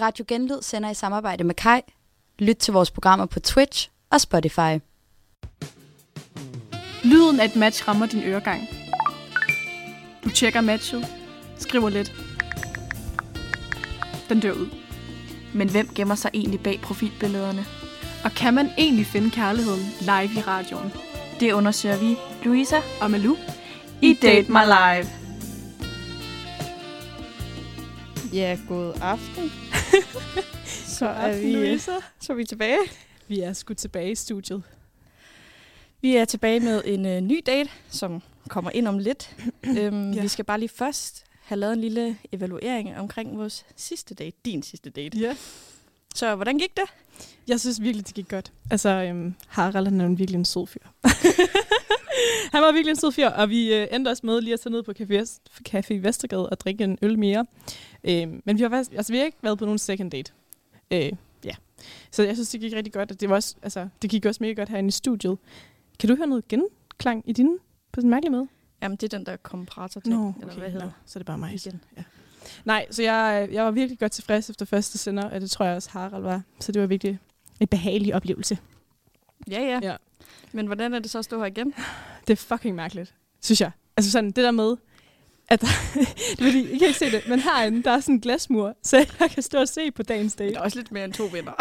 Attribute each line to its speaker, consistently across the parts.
Speaker 1: Radio Genlyd sender i samarbejde med Kai. Lyt til vores programmer på Twitch og Spotify.
Speaker 2: Lyden af et match rammer din øregang. Du tjekker matchet, skriver lidt. Den dør ud.
Speaker 3: Men hvem gemmer sig egentlig bag profilbillederne?
Speaker 2: Og kan man egentlig finde kærligheden live i radioen?
Speaker 3: Det undersøger vi, Louisa
Speaker 2: Og Malou,
Speaker 3: i Date My Life.
Speaker 4: Ja, god aften. så, er
Speaker 5: aften,
Speaker 4: vi, øh,
Speaker 5: Louise.
Speaker 4: så er vi tilbage.
Speaker 5: Vi er sgu tilbage i studiet.
Speaker 4: Vi er tilbage med en øh, ny date, som kommer ind om lidt. øhm,
Speaker 5: Ja.
Speaker 4: Vi skal bare lige først have lavet en lille evaluering omkring vores sidste date, din sidste date.
Speaker 5: Ja.
Speaker 4: Så hvordan gik det?
Speaker 5: Jeg synes virkelig, det gik godt. Altså, øhm, Harald han er jo virkelig en sød fyr. han var virkelig en sød fyr, og vi øh, endte også med lige at tage ned på Café, Vest- Café Vestergade og drikke en øl mere. Øhm, men vi har, faktisk, altså, vi har ikke været på nogen second date. Øh, ja. Så jeg synes, det gik rigtig godt. og Det, var også, altså, det gik også mega godt herinde i studiet. Kan du høre noget genklang i dine på sådan en mærkelig måde?
Speaker 4: Jamen, det er den der komparator ting, eller hvad hedder
Speaker 5: nå, så er det bare mig.
Speaker 4: Igen.
Speaker 5: Nej, så jeg, øh, jeg var virkelig godt tilfreds efter første sender, og det tror jeg også Harald var. Så det var virkelig en behagelig oplevelse.
Speaker 4: Ja, ja,
Speaker 5: Ja.
Speaker 4: Men hvordan er det så at stå her igen?
Speaker 5: Det er fucking mærkeligt, synes jeg. Altså sådan, det der med, at der, det er fordi, I kan ikke se det, men herinde, der er sådan en glasmur, så jeg kan stå og se på dagens date.
Speaker 4: Der er også lidt mere end to venner.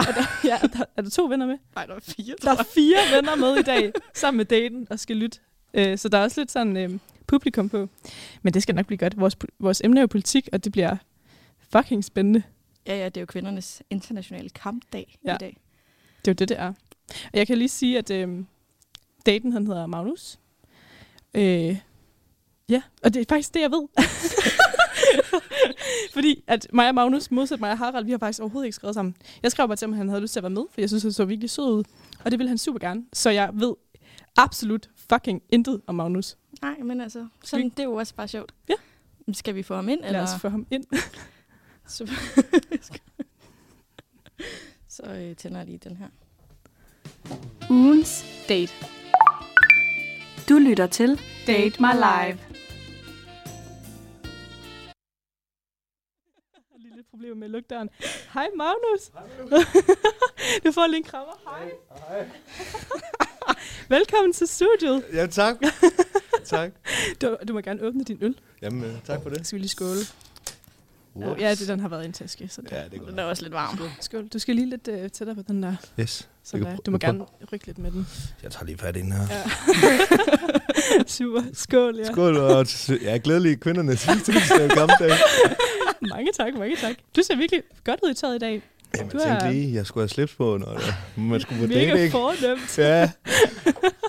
Speaker 5: Ja, og der, er der to venner med?
Speaker 4: Nej, der er fire.
Speaker 5: Der er fire venner med i dag, sammen med daten, og skal lytte. Øh, Så der er også lidt sådan øh, publikum på. Men det skal nok blive godt. Vores, vores emne er jo politik, og det bliver fucking spændende.
Speaker 4: Ja, ja, det er jo kvindernes internationale kampdag
Speaker 5: Ja.
Speaker 4: i dag.
Speaker 5: Det er jo det, det er. Og jeg kan lige sige, at øh, daten han hedder Magnus. Øh, ja, og det er faktisk det, jeg ved. Fordi at mig og Magnus, modsat mig og Harald, vi har faktisk overhovedet ikke skrevet sammen. Jeg skrev bare til ham, at han havde lyst til at være med, for jeg synes, han så virkelig sød ud. Og det ville han super gerne. Så jeg ved absolut fucking intet om Magnus.
Speaker 4: Nej, men altså, sådan, det er jo også bare sjovt.
Speaker 5: Ja.
Speaker 4: Men Skal vi få ham ind,
Speaker 5: Lad
Speaker 4: eller?
Speaker 5: os få ham ind.
Speaker 4: Så, så øh, tænder jeg lige den her.
Speaker 2: ugens date.
Speaker 3: Du lytter til
Speaker 2: Date My Life.
Speaker 5: Jeg har lige lidt problemer med at lukke døren. Hej Magnus. du får lige en krammer. Hej. Hej. Velkommen til studiet.
Speaker 6: Ja, tak. tak.
Speaker 5: Du, du må gerne åbne din øl.
Speaker 6: Jamen, øh, tak for
Speaker 5: Så
Speaker 6: det.
Speaker 5: skal vi lige skåle.
Speaker 6: Wow.
Speaker 5: Ja, det, den har været i en taske. Så der.
Speaker 6: Ja, det er godt.
Speaker 4: Den er også lidt varm.
Speaker 5: Skål. Du skal lige lidt øh, tættere på den der.
Speaker 6: Yes.
Speaker 5: Så
Speaker 6: Jeg kan
Speaker 5: der.
Speaker 6: prø-
Speaker 5: Du må
Speaker 6: jeg prøver.
Speaker 5: gerne rykke lidt med den.
Speaker 6: Jeg tager lige fat i den her.
Speaker 5: Ja. Super. Skål, ja.
Speaker 6: Skål, og t- ja, glædelig kvindernes fødselsdag gamle dag.
Speaker 5: Mange tak, mange tak. Du ser virkelig godt ud i tøjet i dag.
Speaker 6: Jamen,
Speaker 5: Du
Speaker 6: jeg tænkte
Speaker 5: er-
Speaker 6: lige, jeg skulle have slips på, når det- man skulle på
Speaker 5: Mega
Speaker 6: date, ikke?
Speaker 5: fornemt.
Speaker 6: Ja.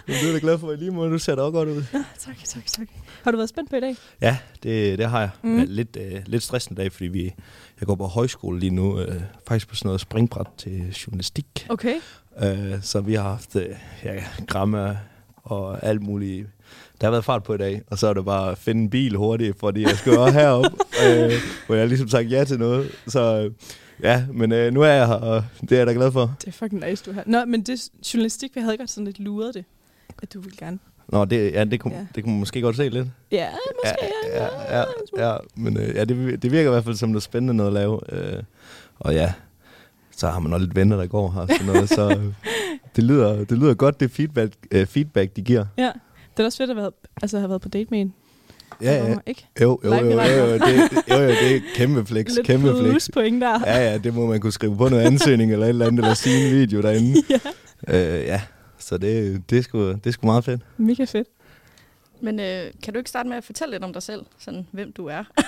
Speaker 6: Men du er da glad for, at i lige måde, du ser da også godt ud.
Speaker 5: Tak, tak, tak. Har du været spændt på i dag?
Speaker 6: Ja, det, det har jeg.
Speaker 5: Mm.
Speaker 6: Mm. Ja, lidt, øh, lidt stressende dag, fordi vi, jeg går på højskole lige nu, øh, faktisk på sådan noget springbræt til journalistik.
Speaker 5: Okay.
Speaker 6: Øh, så vi har haft øh, ja, gramme og alt muligt. Der har været fart på i dag, og så er det bare at finde en bil hurtigt, fordi jeg skal jo også herop, øh, hvor jeg har ligesom sagt ja til noget. Så øh, ja, men øh, nu er jeg her, og det er jeg da glad for.
Speaker 5: Det er fucking nice, du har. Nå, men det journalistik, vi havde godt sådan lidt luret det, at du ville gerne.
Speaker 6: Nå, det, ja, det, kunne,
Speaker 5: Ja.
Speaker 6: ja. det kunne man måske godt se lidt.
Speaker 5: Ja, måske.
Speaker 6: ja, ja, ja, ja, men øh, ja, det, det virker i hvert fald som noget spændende noget at lave. Øh, og ja, så har man også lidt venner, der går her og sådan noget, så øh, det lyder, det lyder godt, det feedback, øh, feedback de giver.
Speaker 5: ja. Det er da også fedt at have været, altså, have været på date med en.
Speaker 6: Ja, ja,
Speaker 5: Ikke?
Speaker 6: Jo, jo,
Speaker 5: Langt
Speaker 6: jo,
Speaker 5: i
Speaker 6: jo,
Speaker 5: vej.
Speaker 6: jo, jo, det, jo, jo, det er kæmpe flex,
Speaker 5: Lidt
Speaker 6: kæmpe flex.
Speaker 5: plus point der.
Speaker 6: Ja, ja, det må man kunne skrive på noget ansøgning eller et eller andet, eller sige en video derinde. Ja. Øh, ja, så det, det, er sgu, det er sgu meget fedt.
Speaker 5: Mega fedt.
Speaker 4: Men øh, kan du ikke starte med at fortælle lidt om dig selv? Sådan, hvem du er?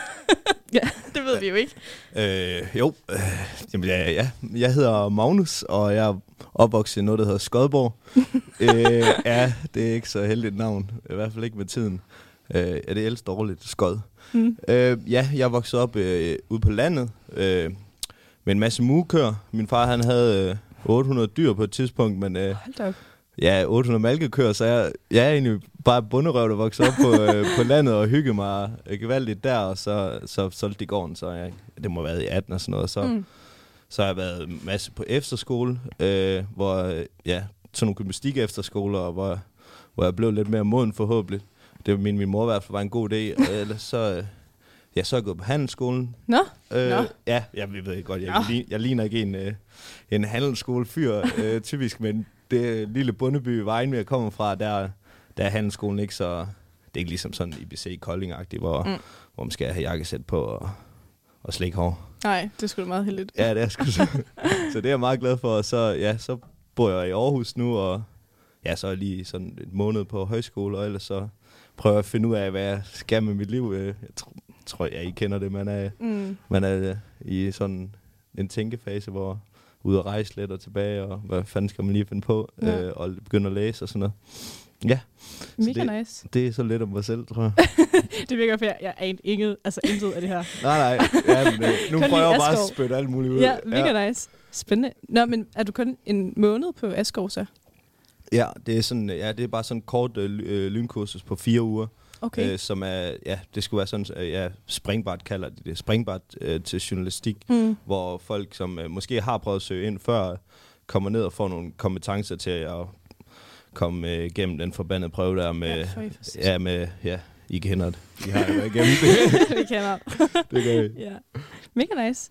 Speaker 5: Ja.
Speaker 4: Det ved vi jo ikke.
Speaker 6: Øh, jo, øh, jamen, ja, ja, jeg hedder Magnus, og jeg er opvokset i noget, der hedder Skodborg. øh, ja, det er ikke så heldigt navn, i hvert fald ikke med tiden. Øh, ja, det er ellers dårligt, Skod.
Speaker 5: Mm.
Speaker 6: Øh, ja, jeg voksede op øh, ude på landet øh, med en masse mugekøer. Min far han havde øh, 800 dyr på et tidspunkt, men øh,
Speaker 5: Hold da op.
Speaker 6: ja, 800 malkekøer, så jeg, jeg er egentlig bare bunderøv, der voksede op på, øh, på landet og hyggede mig øh, gevaldigt der, og så, så solgte de gården, så jeg, det må have været i 18 og sådan noget. Så,
Speaker 5: Mm.
Speaker 6: mm. så har jeg været en masse på efterskole, øh, hvor øh, ja, sådan nogle gymnastik efterskoler, og hvor, hvor jeg blev lidt mere moden forhåbentlig. Det var min, min mor i hvert fald var en god idé, og ellers så... Øh, Ja, så er jeg gået på handelsskolen.
Speaker 5: Nå.
Speaker 6: Øh,
Speaker 5: Nå.
Speaker 6: Ja, jeg ved ikke godt, jeg,
Speaker 5: Nå.
Speaker 6: lig, jeg ligner ikke en, øh, en handelsskolefyr øh, typisk, men det lille bundeby i vejen, jeg kommer fra, der, der er handelsskolen ikke så... Det er ikke ligesom sådan IBC kolding hvor, mm.
Speaker 5: Mm.
Speaker 6: hvor man skal have jakkesæt på og, og slik hår.
Speaker 5: Nej, det skulle sgu da meget heldigt.
Speaker 6: Ja, det er sgu så. så det er jeg meget glad for. Og så, ja, så bor jeg i Aarhus nu, og ja, så er jeg lige sådan et måned på højskole, og ellers så prøver jeg at finde ud af, hvad jeg skal med mit liv. Øh, Jeg tr- tror, jeg ikke kender det. Man er,
Speaker 5: Mm.
Speaker 6: man er øh, i sådan en tænkefase, hvor ude at rejse lidt og tilbage, og hvad fanden skal man lige finde på,
Speaker 5: Ja.
Speaker 6: øh, og begynde at læse og sådan noget. Ja,
Speaker 5: Mega
Speaker 6: det-
Speaker 5: det... nice.
Speaker 6: det er så lidt om mig selv, tror jeg.
Speaker 5: Det virker fair. Jeg er inget, altså intet af det her.
Speaker 6: Nej, nej. Ja, men, øh, nu
Speaker 5: Kun
Speaker 6: prøver
Speaker 5: lige
Speaker 6: jeg bare at
Speaker 5: Asgaard.
Speaker 6: spytte alt muligt ud.
Speaker 5: Ja, mega ja. nice. Spændende. Nå, men er du kun en måned på Asgaard så?
Speaker 6: Ja, det er, sådan, ja, det er bare sådan en kort øh, ly- øh, lynkursus på fire uger,
Speaker 5: Okay.
Speaker 6: øh, som er, ja, det skulle være sådan, øh, ja, springbart kalder de det, springbart øh, til journalistik,
Speaker 5: Mm.
Speaker 6: hvor folk, som øh, måske har prøvet at søge ind før, kommer ned og får nogle kompetencer til at komme øh, igennem den forbandede prøve der med,
Speaker 5: for i for satan.
Speaker 6: ja, med, ja, I kender det. I har jo været igennem det.
Speaker 5: Vi kender.
Speaker 6: det gør I.
Speaker 5: Ja. Mega nice.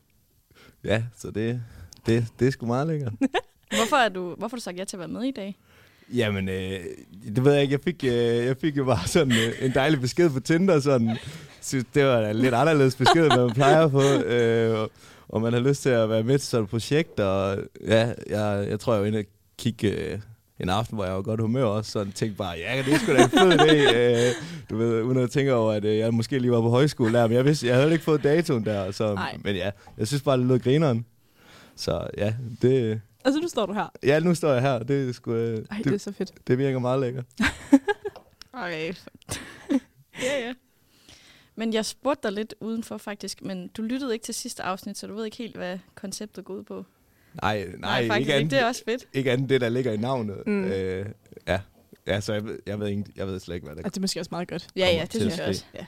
Speaker 6: Ja, så det, det, det er sgu meget lækkert.
Speaker 3: Hvorfor, er du, hvorfor har du sagt ja til at være med i dag?
Speaker 6: Jamen, øh, det ved jeg ikke. Jeg fik, øh, jeg fik jo bare sådan øh, en dejlig besked på Tinder. Sådan. Synes, det var da lidt anderledes besked, end man plejer at få. Øh, og- og man har lyst til at være med til sådan et projekt. Og ja, jeg, jeg tror, jeg var inde og kigge øh, en aften, hvor jeg var i godt humør også. Sådan tænkte bare, ja, det er sgu da en fed idé. Øh, du ved, uden at tænke over, at øh, jeg måske lige var på højskole der. Men jeg, vidste, jeg havde ikke fået datoen der. Så,
Speaker 5: Nej.
Speaker 6: men ja, jeg synes bare, det lød grineren. Så ja, det,
Speaker 5: Og så nu står du her.
Speaker 6: ja, nu står jeg her. Det, er sgu, øh,
Speaker 5: Ej,
Speaker 6: det,
Speaker 5: det er så fedt.
Speaker 6: det virker meget lækkert.
Speaker 3: Okay. ja, ja. Men jeg spurgte dig lidt udenfor faktisk, men du lyttede ikke til sidste afsnit, så du ved ikke helt, hvad konceptet går ud på.
Speaker 6: Nej, nej, nej
Speaker 3: faktisk
Speaker 6: ikke, andet,
Speaker 3: ikke. Det er også fedt.
Speaker 6: ikke andet det, der ligger i navnet. Mm.
Speaker 5: Mm.
Speaker 6: Øh, ja. ja, så jeg ved, jeg, ved ikke, jeg ved slet ikke, hvad der
Speaker 5: Og det er måske også meget godt.
Speaker 3: Ja,
Speaker 6: kommer
Speaker 3: ja, det
Speaker 6: til at
Speaker 3: synes jeg
Speaker 6: ske.
Speaker 3: også.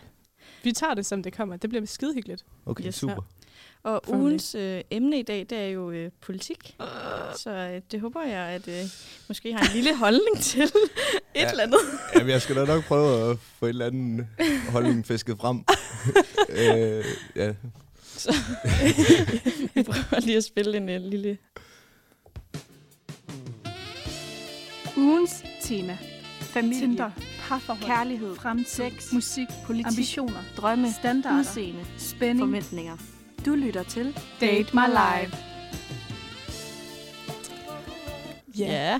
Speaker 5: Vi tager det, som det kommer. Det bliver skide hyggeligt.
Speaker 6: Okay,
Speaker 3: Yes.
Speaker 6: super.
Speaker 3: Og
Speaker 5: Forhåbentlig.
Speaker 3: ugens øh, emne i dag, det er jo øh, politik. Så øh, det håber jeg, at øh, måske har en lille holdning til et
Speaker 6: Ja.
Speaker 3: ja. eller andet.
Speaker 6: Jamen, jeg skal da nok prøve at få en eller anden holdning fisket frem. øh, ja.
Speaker 3: Vi prøver lige at spille en øh, lille...
Speaker 2: Ugens
Speaker 7: Tema. Familie,
Speaker 2: Tinder, parforhold,
Speaker 7: kærlighed,
Speaker 2: fremtid,
Speaker 7: sex,
Speaker 2: musik,
Speaker 7: politik,
Speaker 2: ambitioner,
Speaker 7: drømme,
Speaker 2: standarder,
Speaker 7: udseende,
Speaker 2: spænding,
Speaker 7: forventninger. Du lytter til
Speaker 2: date my life.
Speaker 3: Ja,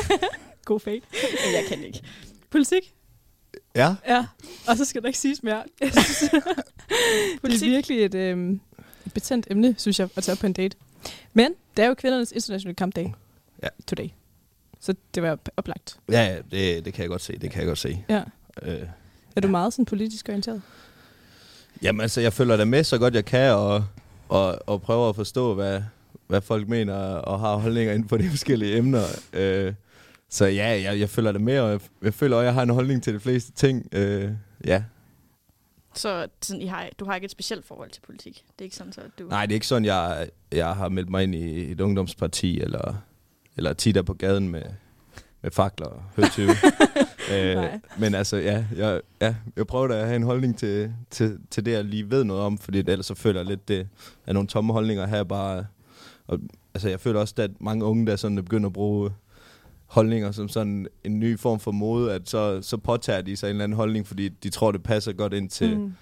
Speaker 5: God fate.
Speaker 3: men jeg kan ikke.
Speaker 5: Politik.
Speaker 6: ja,
Speaker 5: Ja. Og så skal der ikke siges mere. Jeg synes- det er virkelig et, øhm, et betændt emne, synes jeg, at tage på en date. Men det er jo kvindernes internationale kampdag.
Speaker 6: Ja.
Speaker 5: Today. Så det var op- oplagt.
Speaker 6: ja, ja det, det kan jeg godt se, det kan jeg godt se.
Speaker 5: Ja.
Speaker 6: Øh,
Speaker 5: Er du meget sådan politisk orienteret?
Speaker 6: jamen, altså, jeg følger da med så godt jeg kan, og, og, og prøver at forstå, hvad, hvad folk mener, og har holdninger inden for de forskellige emner. Øh, så ja, jeg, jeg følger det med, og jeg, jeg føler også, at jeg har en holdning til de fleste ting. Øh, ja,
Speaker 3: Så sådan, I har, du har ikke et specielt forhold til politik? Det er ikke sådan, så at du...
Speaker 6: Nej, det er ikke sådan, jeg, jeg har meldt mig ind i et ungdomsparti, eller, eller titter på gaden med, med fakler og højtyve. øh,
Speaker 5: Nej.
Speaker 6: men altså, ja, jeg, ja, jeg prøver da at have en holdning til, til, til det, jeg lige ved noget om, fordi ellers så føler jeg lidt, det er nogle tomme holdninger her bare. Og, altså, jeg føler også, at mange unge, der sådan begynder at bruge holdninger som sådan en ny form for mode, at så, så påtager de sig en eller anden holdning, fordi de tror, det passer godt ind til, mm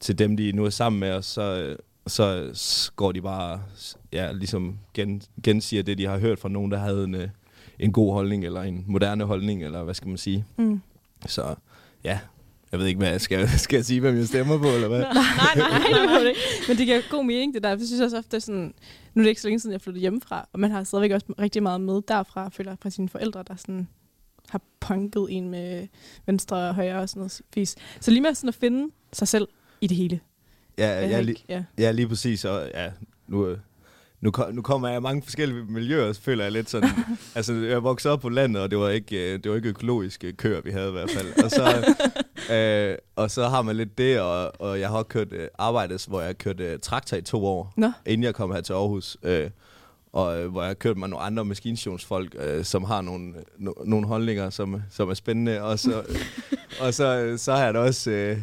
Speaker 6: til dem, de nu er sammen med, og så, så s- går de bare ja, ligesom gen, gensiger det, de har hørt fra nogen, der havde en, øh, en god holdning, eller en moderne holdning, eller hvad skal man sige.
Speaker 5: Mm.
Speaker 6: Så ja, jeg ved ikke, hvad jeg skal, skal jeg sige, hvem jeg stemmer på, eller hvad?
Speaker 5: nej, nej, nej, det behøver det ikke. Men det giver god mening, det der. Jeg synes også ofte sådan, nu er det ikke så længe siden, jeg flyttede hjemmefra, og man har stadigvæk også rigtig meget med derfra, føler jeg, fra sine forældre, der sådan har punket en med venstre og højre og sådan noget fisk. Så lige med sådan at finde sig selv i det hele.
Speaker 6: Ja,
Speaker 5: har
Speaker 6: jeg, li-
Speaker 5: ikke- ja.
Speaker 6: ja lige præcis, og ja, nu, øh, nu, ko- nu kommer jeg i mange forskellige miljøer, så føler jeg lidt sådan, altså jeg voksede op på landet, og det var ikke, øh, det var ikke økologiske køer, vi havde i hvert fald. Og så, øh, og så har man lidt det, og, og jeg har også kørt øh, arbejdet, hvor jeg kørte øh, traktor i to år,
Speaker 5: Nå.
Speaker 6: inden jeg kom her til Aarhus. Øh, og øh, hvor jeg har kørt med nogle andre maskinstationsfolk, øh, som har nogle, no, nogle holdninger, som, som er spændende. Og så, og så, øh, så har jeg da også øh,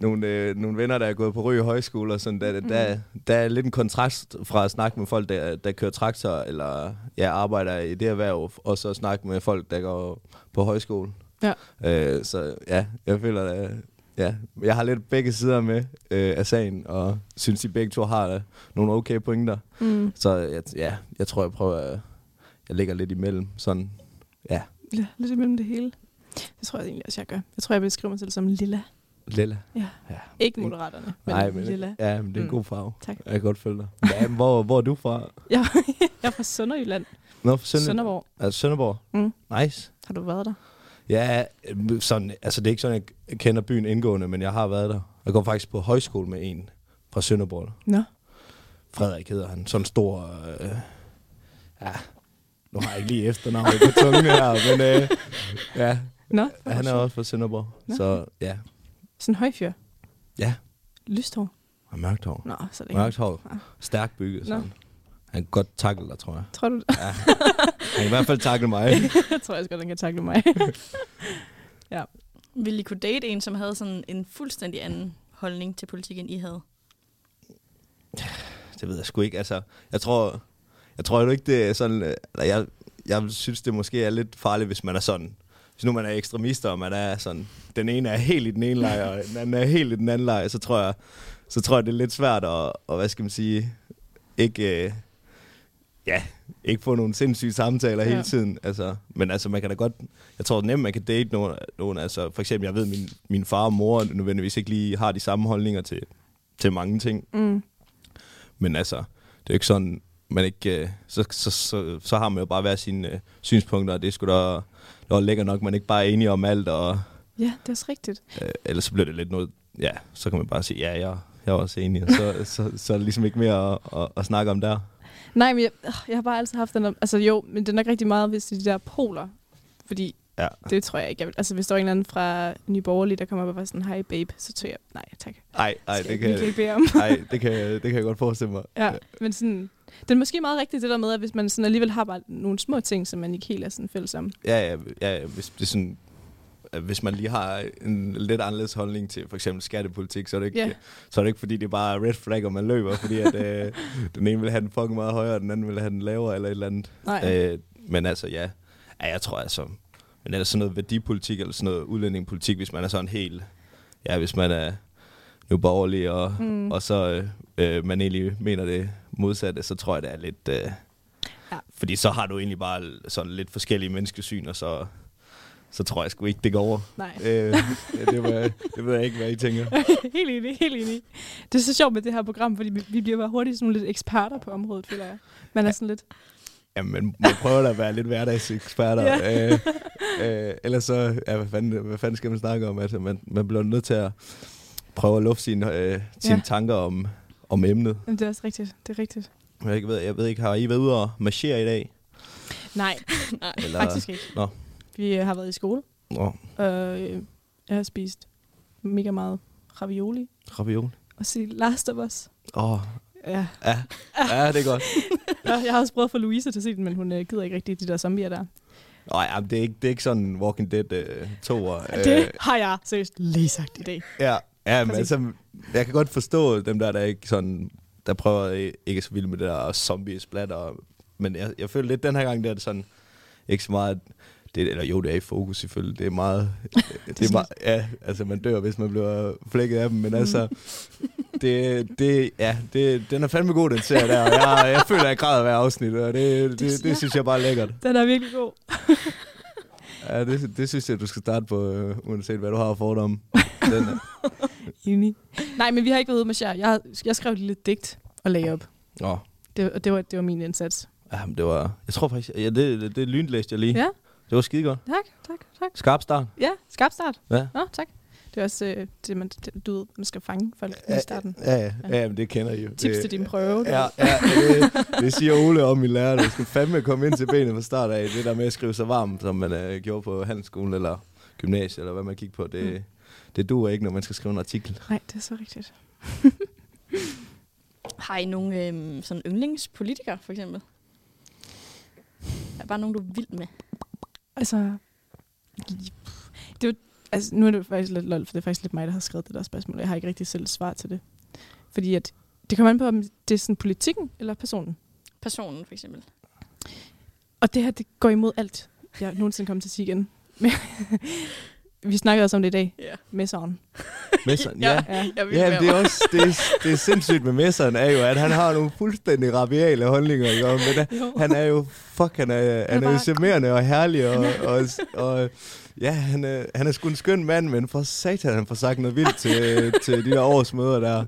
Speaker 6: nogle, øh, nogle venner, der er gået på Røge Højskole, og sådan, der, mm. der, der er lidt en kontrast fra at snakke med folk, der, der kører traktor, eller ja, arbejder i det erhverv, og så snakke med folk, der går på højskole.
Speaker 5: Ja.
Speaker 6: Øh, så ja, jeg føler, at ja, jeg har lidt begge sider med øh, af sagen, og synes, de begge to har øh, nogle okay pointer.
Speaker 5: Mm.
Speaker 6: Så jeg, ja, jeg tror, jeg prøver at... Jeg ligger lidt imellem, sådan...
Speaker 5: Ja, lidt imellem det hele. Det tror jeg egentlig også, jeg gør. Jeg tror, jeg beskriver mig selv som lilla.
Speaker 6: Lilla.
Speaker 5: Ja.
Speaker 6: ja.
Speaker 5: Ikke moderaterne, men,
Speaker 6: Mm. Nej, men,
Speaker 5: men lilla.
Speaker 6: ja, men det er en
Speaker 5: Mm.
Speaker 6: god farve.
Speaker 5: Tak.
Speaker 6: Jeg kan godt følge dig. Ja, men hvor, hvor er du fra?
Speaker 5: Jeg, jeg er fra Sønderjylland.
Speaker 6: Nå, fra Sønder- Sønderborg.
Speaker 5: Sønderborg.
Speaker 6: Altså, Sønderborg.
Speaker 5: Mm.
Speaker 6: Nice.
Speaker 5: Har du været der?
Speaker 6: Ja, øhm, sådan, altså det er ikke sådan, jeg kender byen indgående, men jeg har været der. Jeg går faktisk på højskole med en fra Sønderborg.
Speaker 5: Nå.
Speaker 6: Frederik hedder han. Sådan en stor... Øh, ja, nu har jeg ikke lige efternavnet på tungen her, men øh, ja,
Speaker 5: Nå,
Speaker 6: han er også fra Sønderborg.
Speaker 5: Nå.
Speaker 6: Så ja,
Speaker 5: Sådan en høj fyr.
Speaker 6: Ja.
Speaker 5: Lyst hår.
Speaker 6: og mørkt hår.
Speaker 5: Nå, så er det ikke.
Speaker 6: Mørkt hår. Stærkt bygget,
Speaker 5: Ah. Nå.
Speaker 6: sådan. Han kan godt takle dig, tror jeg.
Speaker 5: Tror du,
Speaker 6: Ja. Han kan i hvert fald takle mig.
Speaker 5: jeg tror også godt, han kan takle mig.
Speaker 3: Ville I kunne date en, som havde sådan en fuldstændig anden holdning til politik, end I havde?
Speaker 6: Det ved jeg sgu ikke. Altså, jeg tror, jeg tror jo ikke, det er sådan... øh, Eller jeg, jeg synes, det måske er lidt farligt, hvis man er sådan... Hvis nu man er ekstremister, og man er sådan... Den ene er helt i den ene lejr, og den anden er helt i den anden lejr, så tror jeg, så tror jeg det er lidt svært at, og hvad skal man sige, ikke... Øh, ja, ikke få nogle sindssyge samtaler ja.
Speaker 5: Ja.
Speaker 6: hele tiden. Altså, men altså, man kan da godt... Jeg tror nemt, man kan date nogen. nogen altså, for eksempel, jeg ved, min, min far og mor nødvendigvis ikke lige har de samme holdninger til, til mange ting.
Speaker 5: Mm.
Speaker 6: Men altså, det er jo ikke sådan, man ikke, øh, så, så, så, så har man jo bare hver sine øh, synspunkter, og det skulle da det var lækker nok, man ikke bare er enige om alt, og
Speaker 5: Ja, det er også rigtigt.
Speaker 6: øh, ellers så bliver det lidt noget, ja, så kan man bare sige, ja, jeg, jeg er også enig, og så, så, så, er det ligesom ikke mere at, at, at snakke om der.
Speaker 5: Nej, men jeg, øh, jeg har bare altid haft den... om- Altså jo, men det er nok rigtig meget, hvis det er de der poler. Fordi
Speaker 6: Ja.
Speaker 5: det tror jeg ikke, jeg vil. Altså hvis der var en eller anden fra Nye Borgerlige, der kom op og var sådan, hej babe, så tog jeg, nej tak.
Speaker 6: Ej, ej,
Speaker 5: Skal
Speaker 6: det
Speaker 5: jeg virkelig
Speaker 6: kan,
Speaker 5: ikke bede om.
Speaker 6: ej, det kan, det kan jeg godt forestille mig.
Speaker 5: Ja, men sådan, det er måske meget rigtigt det der med, at hvis man sådan alligevel har bare nogle små ting, som man ikke helt er sådan fælles om.
Speaker 6: Ja, ja, ja, ja hvis, det er sådan, at hvis man lige har en lidt anderledes holdning til for eksempel skattepolitik, så er det ikke,
Speaker 5: Ja.
Speaker 6: så er det ikke fordi det er bare red flag, og man løber, fordi at, øh, den ene vil have den fucking meget højere, og den anden vil have den lavere, eller et eller andet.
Speaker 5: Nej,
Speaker 6: Øh, men altså, ja. ja, jeg tror altså, men er der sådan noget værdipolitik, eller sådan noget udlændingepolitik, hvis man er sådan helt, ja, hvis man er jo borgerlig, og, mm. og så øh, øh, man egentlig mener det modsatte, så tror jeg, det er lidt... Øh,
Speaker 5: Ja.
Speaker 6: ja. Fordi så har du egentlig bare l- sådan lidt forskellige menneskesyn, og så, så tror jeg sgu ikke, det går over.
Speaker 5: nej.
Speaker 6: Øh, ja, det, var, det ved jeg ikke, hvad I tænker.
Speaker 5: helt enig, helt enig. Det er så sjovt med det her program, fordi vi, vi bliver bare hurtigt sådan nogle lidt eksperter på området, føler jeg. Man er sådan lidt,
Speaker 6: Jamen, man prøver da at være lidt hverdagseksperter.
Speaker 5: Ja.
Speaker 6: Ja. Øh, øh, ellers så, ja, hvad, fanden, hvad fanden skal man snakke om? Altså, man, man bliver nødt til at prøve at lufte sine, øh, sine
Speaker 5: Ja.
Speaker 6: ja. tanker om, om emnet.
Speaker 5: jamen, det er også rigtigt, det er rigtigt.
Speaker 6: Jeg, ikke ved, jeg ved ikke, har I været ude og marchere i dag?
Speaker 5: Nej,
Speaker 6: Eller,
Speaker 5: faktisk ikke.
Speaker 6: Nå.
Speaker 5: Vi øh, har været i skole,
Speaker 6: Nå,
Speaker 5: og øh, jeg har spist mega meget ravioli
Speaker 6: ravioli.
Speaker 5: og set Last of Us.
Speaker 6: Åh, oh,
Speaker 5: Ja,
Speaker 6: ja. ja, det er godt.
Speaker 5: og jeg har også prøvet at få Louise til at se den, men hun øh, gider ikke rigtig de der zombier der.
Speaker 6: Nå, ja, men det, er ikke, det er ikke sådan Walking Dead øh, toer.
Speaker 5: Øh. Det har jeg seriøst lige sagt i dag.
Speaker 6: Ja, ja men
Speaker 5: Præcis.
Speaker 6: altså, jeg kan godt forstå dem der, der ikke sådan, der prøver ikke ikke er så vildt med det der zombie splatter, men jeg, jeg føler lidt den her gang, der er det sådan, ikke så meget, det, eller jo, det er i fokus selvfølgelig, det er meget, det, det er
Speaker 5: sådan
Speaker 6: meget, ja, altså man dør, hvis man bliver flækket af dem, men altså, det, det, ja, det, den er fandme god, den serie der, og jeg, jeg føler, jeg græder hver afsnit, og det, det, det, det synes jeg bare er lækkert.
Speaker 5: Den er virkelig god.
Speaker 6: Ja, det, det synes jeg, du skal starte på, øh, uanset hvad du har af fordomme. Den, er-
Speaker 5: Enig. Nej, men vi har ikke været ude med jer. Jeg, har- jeg skrev et lille digt og lagde op.
Speaker 6: Nå,
Speaker 5: Det, og det var, det var min indsats.
Speaker 6: Jamen, Ah, det var... Jeg tror faktisk... Ja, det, det, det lynlæste jeg lige.
Speaker 5: Ja.
Speaker 6: Det var skide godt.
Speaker 5: Tak, tak, tak.
Speaker 6: Skarp start.
Speaker 5: Ja, skarp start.
Speaker 6: Ja.
Speaker 5: Nå, tak. Det er også øh, det, man, det, du ved, man skal fange folk i starten.
Speaker 6: Ja, ja, ja, ja men det kender I jo.
Speaker 5: Tips
Speaker 6: Det-
Speaker 5: til din prøve.
Speaker 6: Ja, ja det, det, siger Ole om min lærer. Du skal fandme komme ind til benet fra start af. Det der med at skrive sig varm, som man øh, gjorde på handelsskolen eller gymnasiet, eller hvad man gik på, det,
Speaker 5: Mm.
Speaker 6: det duer ikke, når man skal skrive en artikel.
Speaker 5: Nej, det er så rigtigt.
Speaker 3: Har I nogle øhm, sådan yndlingspolitikere, for eksempel? er bare nogen, du er vild med?
Speaker 5: Altså, det er jo, altså, nu er det faktisk lidt lol, for det er faktisk lidt mig, der har skrevet det der spørgsmål. og Jeg har ikke rigtig selv svar til det. Fordi at, det kommer an på, om det er sådan politikken eller personen.
Speaker 3: Personen, for eksempel.
Speaker 5: Og det her, det går imod alt, jeg nogensinde kommer til at sige igen. Men, vi snakkede også om det i dag.
Speaker 3: Ja.
Speaker 5: Med sådan.
Speaker 6: Messeren, ja.
Speaker 5: Ja.
Speaker 3: Jeg vil
Speaker 6: Ja,
Speaker 3: være
Speaker 6: men det er også det, er- det er sindssygt med messeren, er jo, at han har nogle fuldstændig rabiale holdninger, ikke? Og- men
Speaker 5: Jo.
Speaker 6: han er jo, fuck, han er, øh, han er jo
Speaker 5: bare-
Speaker 6: charmerende og herlig, og, og, og ja, han er, han er sgu en skøn mand, men for satan, han får sagt noget vildt til, til de der årsmøder der.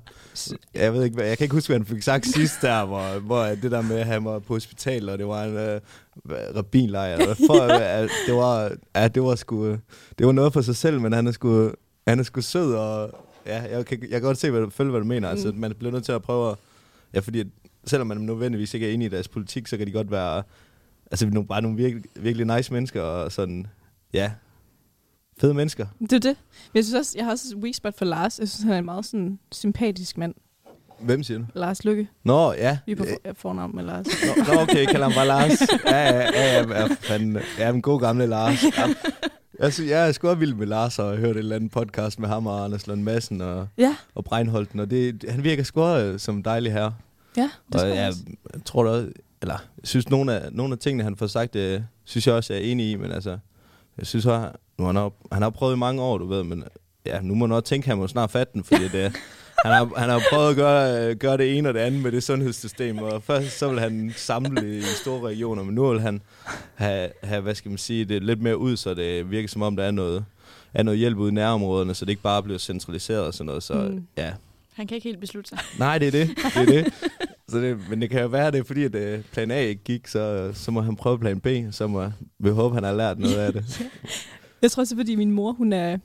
Speaker 6: Jeg ved ikke, hvad, jeg kan ikke huske, hvad han fik sagt sidst der, hvor, hvor det der med, at han var på hospital, og det var en øh, hvad, rabinlejr, eller for, ja. det var, ja, det var sgu, øh, det var noget for sig selv, men han er sgu, han er sgu sød, og ja, jeg kan, jeg kan godt se, hvad, du- følge, hvad du mener, altså, man bliver nødt til at prøve at, ja, fordi at selvom man nødvendigvis ikke er enig i deres politik, så kan de godt være altså, nogle, bare nogle virkelig, virkelig nice mennesker og sådan, ja, fede mennesker.
Speaker 5: Det er det. Men jeg synes også, jeg har også et weak spot for Lars. Jeg synes, han er en meget sådan sympatisk mand.
Speaker 6: Hvem siger du?
Speaker 5: Lars Lykke.
Speaker 6: Nå, ja.
Speaker 5: Vi er på
Speaker 6: Øh,
Speaker 5: for- fornavn altså. med Lars.
Speaker 6: Nå, nå, okay, kalder ham bare Lars. Ja, ja, ja, ja, ja, fanden, ja den gode gamle Lars. Ja. Jeg, synes, jeg er sgu også vild med Lars, og jeg har hørt et eller andet podcast med ham og Anders Lund Madsen og,
Speaker 5: Ja.
Speaker 6: og Breinholten, og det, han virker sgu også, øh, som en dejlig herre.
Speaker 5: Ja, det
Speaker 6: Og
Speaker 5: skal jeg
Speaker 6: jeg,
Speaker 5: også.
Speaker 6: jeg tror da også- eller jeg synes, nogle af, nogle af tingene, han får sagt, øh, synes jeg også, jeg er enig i, men altså, jeg synes også, nu han har, han har prøvet i mange år, du ved, men ja, nu må man også tænke, han må snart fatte den, fordi det, han har, han har prøvet at gøre, øh, gøre det ene og det andet med det sundhedssystem, og først så vil han samle i store regioner, men nu vil han have, have hvad skal man sige, det lidt mere ud, så det virker som om, der er noget, er noget hjælp ude i nærområderne, så det ikke bare bliver centraliseret og sådan noget, så
Speaker 5: Mm.
Speaker 6: mm. ja,
Speaker 3: Han kan ikke helt beslutte sig.
Speaker 6: Nej, det er det. det, er det. Så det men det kan jo være, det er fordi, at øh, plan A ikke gik, så, så må han prøve plan B. Så må vi håbe, han har lært noget af det.
Speaker 5: Jeg tror også, det er, fordi min mor, hun er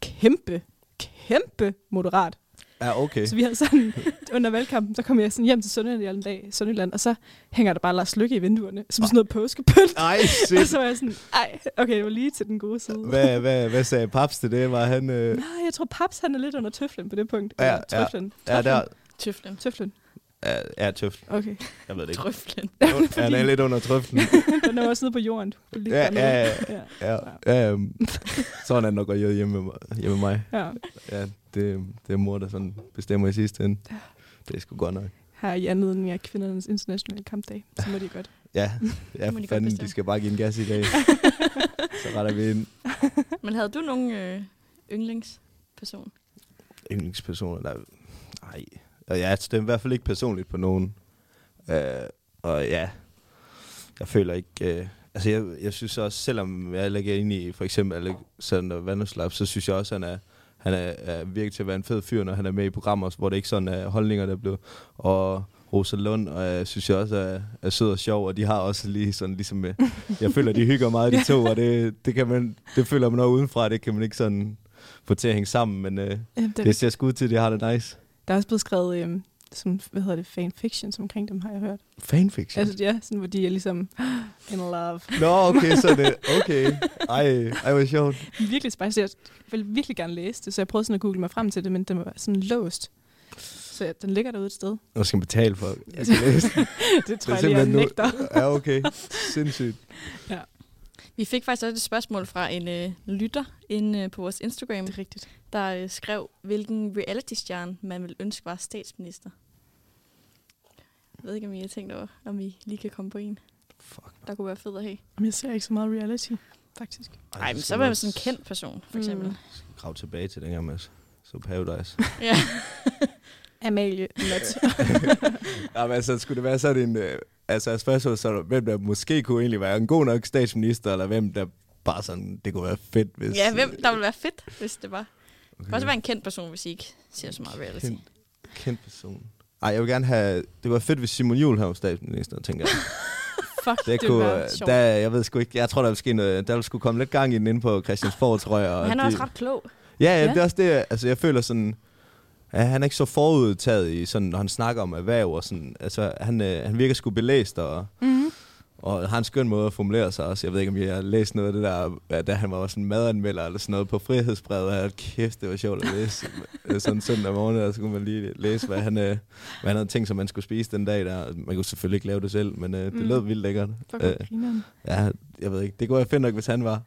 Speaker 5: kæmpe, kæmpe moderat.
Speaker 6: Ja, okay.
Speaker 5: Så vi havde sådan, under valgkampen, så kom jeg sådan hjem til Sønderjylland en dag, Sønderjylland, og så hænger der bare Lars Lykke i vinduerne, som sådan noget påskepynt.
Speaker 6: Ej,
Speaker 5: Og
Speaker 6: shit.
Speaker 5: så var jeg sådan, ej, okay, det var lige til den gode side.
Speaker 6: Hvad, hvad, hvad sagde Paps til det? Var han... Øh,
Speaker 5: Nej, jeg tror, Paps han er lidt under tøflen på det punkt.
Speaker 6: Ja,
Speaker 5: Eller
Speaker 6: ja.
Speaker 5: Tøflen.
Speaker 6: er der...
Speaker 3: Tøflen.
Speaker 5: Tøflen.
Speaker 6: Er, er tøft.
Speaker 5: Okay.
Speaker 6: Jeg ved det ikke.
Speaker 3: Trøflen.
Speaker 6: Ja, Han er lidt under trøften.
Speaker 5: Den er også nede på jorden. Du kan lige
Speaker 6: Ja,
Speaker 5: gøre noget.
Speaker 6: ja,
Speaker 5: ja.
Speaker 6: Ja, ja, øhm, sådan er det nok at hjemme med mig. Hjemme med mig.
Speaker 5: ja.
Speaker 6: Ja, det, det er mor, der sådan bestemmer i sidste ende. Det er sgu godt nok.
Speaker 5: Her i anledning af kvindernes internationale kampdag, så må de godt.
Speaker 6: Ja,
Speaker 3: må
Speaker 6: ja
Speaker 3: de godt
Speaker 6: for fanden, de
Speaker 3: bestemme.
Speaker 6: skal bare give en gas i dag. Så retter vi ind.
Speaker 3: Men havde du nogen øh, yndlingsperson?
Speaker 6: yndlingspersoner, der... Nej. Og jeg stemmer i hvert fald ikke personligt på nogen. Øh, og ja, jeg føler ikke... Øh, altså, jeg, jeg synes også, selvom jeg lægger ind i for eksempel Alexander Vanderslap, så synes jeg også, han er, han er, er virkelig til at være en fed fyr, når han er med i programmer, hvor det ikke sådan er holdninger, der blev... Og Rosa Lund, og jeg synes jeg også er, er sød og sjov, og de har også lige sådan ligesom... øh, Jeg føler, de hygger meget, de to, og det, det, kan man, det føler man også udenfra, det kan man ikke sådan få til at hænge sammen, men... Øh,
Speaker 5: Jamen, det,
Speaker 6: det ser sgu ud til, at de har det nice.
Speaker 5: Der er også blevet skrevet, øhm, som, hvad hedder det, fanfiction som omkring dem, har jeg hørt.
Speaker 6: Fanfiction?
Speaker 5: Altså, ja, sådan, hvor de er ligesom in love.
Speaker 6: Nå, okay, så er det... Okay. Ej, ej hvor sjovt.
Speaker 5: Virkelig spicy. Jeg ville virkelig gerne læse det, så jeg prøvede sådan at google mig frem til det, men den var sådan låst. Så ja, den ligger derude et sted.
Speaker 6: Nu skal man betale for at jeg skal læse. den.
Speaker 5: Det
Speaker 6: tror
Speaker 5: tror
Speaker 6: jeg
Speaker 5: jeg
Speaker 6: lige, jeg
Speaker 5: jeg
Speaker 6: simpelthen nu-
Speaker 5: nægter.
Speaker 6: Ja, okay. Sindssygt.
Speaker 3: Vi fik faktisk også et spørgsmål fra en øh, lytter inde øh, på vores Instagram,
Speaker 5: Det er rigtigt.
Speaker 3: der øh, skrev, hvilken reality-stjerne man ville ønske var statsminister. Jeg ved ikke, om I har tænkt over, om I lige kan komme på en,
Speaker 6: Fuck.
Speaker 3: der kunne være fed at have.
Speaker 5: Men jeg ser ikke så meget reality, faktisk.
Speaker 3: Nej, men så var man sådan en kendt person, for eksempel.
Speaker 5: Mm.
Speaker 3: Mm.
Speaker 6: Krav tilbage til dengang, Mads. Så Paradise.
Speaker 3: Ja.
Speaker 5: Amalie. Not.
Speaker 6: Jamen altså, skulle det være sådan en... øh, Altså, et spørgsmål, så er der, hvem der måske kunne egentlig være en god nok statsminister, eller hvem der bare sådan, det kunne være fedt, hvis...
Speaker 3: ja, hvem der ville være fedt, hvis det var. Det
Speaker 6: Okay.
Speaker 3: kan også være en kendt person, hvis I ikke ser så meget reality.
Speaker 6: Kendt, kendt person. Ej, jeg vil gerne have... Det var fedt, hvis Simon Juhl havde statsminister, tænker jeg.
Speaker 5: Fuck,
Speaker 6: Det, det kunne, der, jeg ved sgu ikke, jeg tror, der ville ske noget, der ville skulle komme lidt gang i den inde på Christiansborg, tror jeg.
Speaker 3: Men
Speaker 6: Og
Speaker 3: han er
Speaker 6: det,
Speaker 3: også ret klog.
Speaker 6: Ja, ja,
Speaker 5: Ja.
Speaker 6: det er også det, altså jeg føler sådan, ja, han er ikke så
Speaker 3: Mhm.
Speaker 6: forudtaget i sådan, når han snakker om erhverv og sådan, altså han, øh, han virker sgu belæst og,
Speaker 5: Mm-hmm.
Speaker 6: Og har en skøn måde at formulere sig også. Jeg ved ikke, om jeg har læst noget af det der, ja, da han var sådan madanmelder eller sådan noget på frihedsbrevet. Og kæft, det var sjovt at læse sådan en søndag morgen, og så kunne man lige læse, hvad han, øh, hvad han havde tænkt sig, man skulle spise den dag. Der. Man kunne selvfølgelig ikke lave det selv, men øh, det
Speaker 5: Mm.
Speaker 6: lød vildt lækkert.
Speaker 5: Fuck,
Speaker 6: Øh.
Speaker 5: øh.
Speaker 6: Ja, jeg ved ikke. Det kunne være fedt nok, hvis han var.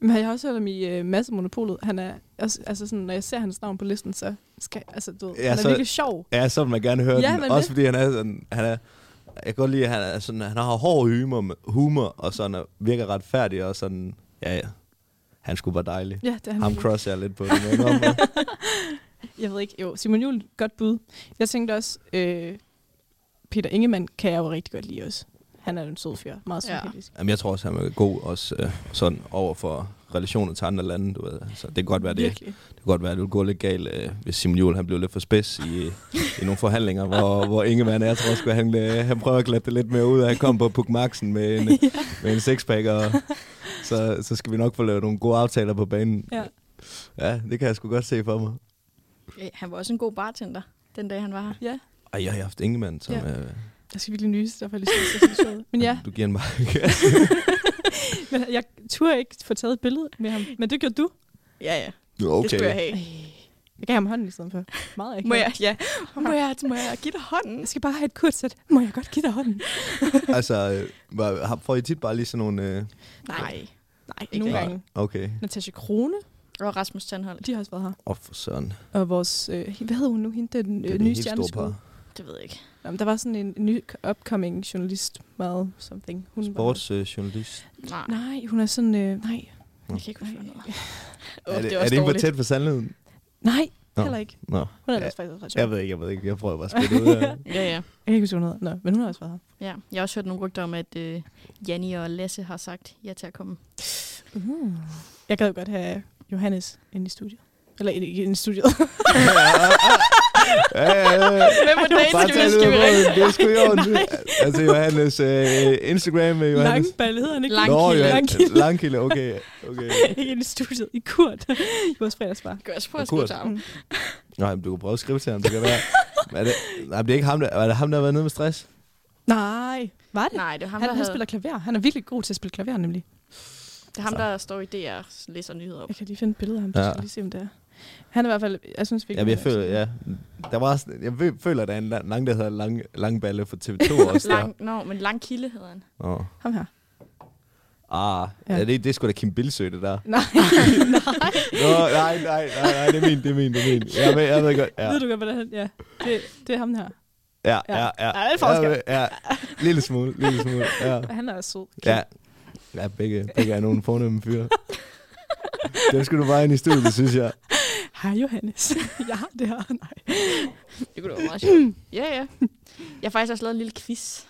Speaker 5: Men jeg har også hørt om i øh, Massemonopolet. Han er også, altså sådan, når jeg ser hans navn på listen, så skal, altså, du ved,
Speaker 6: Ja,
Speaker 5: ja, han er
Speaker 6: så-
Speaker 5: så... virkelig sjov.
Speaker 6: Ja, så vil man gerne høre
Speaker 5: Ja,
Speaker 6: den.
Speaker 5: men det.
Speaker 6: Også fordi han er sådan... Han er, jeg kan godt lide, at han, er sådan, han har hård humor, humor og sådan, og virker retfærdig og sådan... Ja, ja. Han skulle være dejlig.
Speaker 5: Ja, det er han.
Speaker 6: Ham
Speaker 5: virkelig.
Speaker 6: cross jeg lidt på. Det, må jeg indrømme.
Speaker 5: Jeg ved ikke, jo, Simon Juhl, godt bud. Jeg tænkte også, øh, Peter Ingemann kan jeg jo rigtig godt lide også. Han er jo en sød fyr, meget
Speaker 3: Ja.
Speaker 5: sympatisk.
Speaker 6: Jamen, jeg tror også, han er god også øh, sådan over for relationer til andre lande. Du ved. Så det kan godt være, det,
Speaker 5: Virkelig.
Speaker 6: det kan godt være, det vil gå lidt galt, øh, hvis Simon Juhl han blev lidt for spids i, i nogle forhandlinger, hvor, hvor Ingemann, jeg tror sgu, han, øh, han prøver at glatte det lidt mere ud, og han kom på Puk Maxen med en, ja. med en sixpack, og så, så skal vi nok få lavet nogle gode aftaler på banen.
Speaker 5: Ja.
Speaker 6: Ja, det kan jeg sgu godt se for mig.
Speaker 3: Ja, han var også en god bartender, den dag han var her.
Speaker 5: Ja,
Speaker 6: Og jeg har haft Ingemann, som ja.
Speaker 5: Ja.
Speaker 6: øh,
Speaker 5: jeg skal virkelig nyse, derfor er jeg lige synes, jeg er sød. Men ja,
Speaker 6: du giver en mark.
Speaker 5: men jeg turde ikke få taget et billede med ham, men det gjorde du.
Speaker 3: Ja, ja. Det skulle jeg
Speaker 6: okay.
Speaker 3: have.
Speaker 5: Jeg gav ham hånden i stedet for. Meget
Speaker 3: Må jeg, ja. må, jeg, må jeg give dig hånden?
Speaker 5: Jeg skal bare have et kurset. Må jeg godt give dig hånden?
Speaker 6: altså, øh, var- har- får I tit bare lige sådan nogle... Øh,
Speaker 3: Nej.
Speaker 5: Nej,
Speaker 3: Ikke
Speaker 5: nogle
Speaker 3: rigtig.
Speaker 5: gange.
Speaker 6: okay.
Speaker 5: Natasha Krone,
Speaker 3: Og Rasmus Tandhold.
Speaker 5: de har også været her.
Speaker 6: Åh, oh, for søren.
Speaker 5: Og vores, øh, hvad hed hun nu, hende, den
Speaker 6: Det
Speaker 5: øh,
Speaker 6: er det
Speaker 5: nye
Speaker 6: helt store
Speaker 5: stjerneskole?
Speaker 6: par.
Speaker 3: Det ved jeg ikke.
Speaker 5: Jamen, der var sådan en ny upcoming journalist, meget something. Hun
Speaker 6: øh, Sportsjournalist.
Speaker 3: Nej.
Speaker 5: Var, nej, hun er sådan, øh, nej,
Speaker 3: Jeg kan ikke huske, hvad noget.
Speaker 6: Oh, er det,
Speaker 3: det
Speaker 6: det,
Speaker 3: er
Speaker 6: er
Speaker 3: også
Speaker 6: det ikke for
Speaker 3: dårligt.
Speaker 6: tæt på sandheden?
Speaker 5: nej,
Speaker 6: Nå.
Speaker 5: heller ikke.
Speaker 6: Nå,
Speaker 5: Hun er
Speaker 6: Ja,
Speaker 5: ja, også faktisk også ret sjov.
Speaker 6: jeg
Speaker 5: Jeg,
Speaker 6: ved ikke, jeg ved ikke. Jeg prøver bare at spille ud af.
Speaker 3: Ja, ja.
Speaker 5: kan ikke huske, hvad hun hedder. Nå, men hun har også været her.
Speaker 3: ja. Jeg har også hørt nogle rygter om, at øh, Janni og Lasse har sagt ja til at komme.
Speaker 5: Uh. Jeg gad jo godt have Johannes ind i studiet. Eller ikke ikke ind i studiet.
Speaker 6: Ja, ja, ja.
Speaker 3: Hvem er det,
Speaker 6: Bare
Speaker 3: skal
Speaker 6: tag
Speaker 3: vi,
Speaker 6: det
Speaker 3: skal
Speaker 6: ud
Speaker 3: vi ringe?
Speaker 6: af rådet. Det er sgu i orden. Altså Johannes, øh, Instagram med Johannes.
Speaker 5: Langballe hedder han ikke.
Speaker 3: Langkilde.
Speaker 6: Nå, Johan-
Speaker 5: Langkilde.
Speaker 6: Langkilde, okay. okay.
Speaker 5: ikke ind i studiet. I Kurt. I vores fredagsbar.
Speaker 3: Gør jeg prøve at
Speaker 6: Kurt.
Speaker 3: skrive til ham.
Speaker 6: Nå, jamen, du kan prøve at skrive til ham, det kan være. Men Er det, nej, men det er ikke ham, der, er det ham, der har været nede med stress?
Speaker 5: Nej, var det?
Speaker 3: Nej, det er ham,
Speaker 5: han,
Speaker 3: der,
Speaker 5: han
Speaker 3: havde,
Speaker 5: spiller klaver. Han er virkelig god til at spille klaver, nemlig.
Speaker 3: det er ham, der står i DR og læser nyheder op.
Speaker 5: Jeg kan lige finde et billede af ham.
Speaker 6: Ja.
Speaker 5: Ja. lige se, om det er. Han er i hvert fald, jeg synes virkelig...
Speaker 6: Jamen, jeg
Speaker 5: han er
Speaker 6: føler,
Speaker 5: sådan-
Speaker 6: ja. Der var, sådan- jeg ved- føler, der er en lang, lang der hedder lang, Langballe for TV2 også der.
Speaker 3: Lang, no, men Langkilde hedder han.
Speaker 6: Nå.
Speaker 5: Ham her.
Speaker 6: Ah,
Speaker 5: Ja.
Speaker 6: ja. det, det er sgu da Kim Bilsø, det der.
Speaker 5: Nej,
Speaker 6: Nå, nej, nej, nej, nej, det er min, det er min, det er min. Jeg ved, jeg ved godt.
Speaker 5: ja.
Speaker 6: Ja.
Speaker 5: ved du godt, hvordan han... Ja, det, det er ham her.
Speaker 6: Ja,
Speaker 5: Ja.
Speaker 6: ja, ja.
Speaker 5: Der er lidt forskel.
Speaker 6: Ja, ja. Lille smule, lille smule. Ja,
Speaker 5: Han er også sød.
Speaker 6: ja. ja begge, begge er nogle fornemme fyre. Dem skal du bare ind i studiet, synes jeg.
Speaker 5: Hej Johannes. jeg har det her. Nej.
Speaker 3: Det kunne da være meget sjovt. Ja, ja. Jeg har faktisk også lavet en lille quiz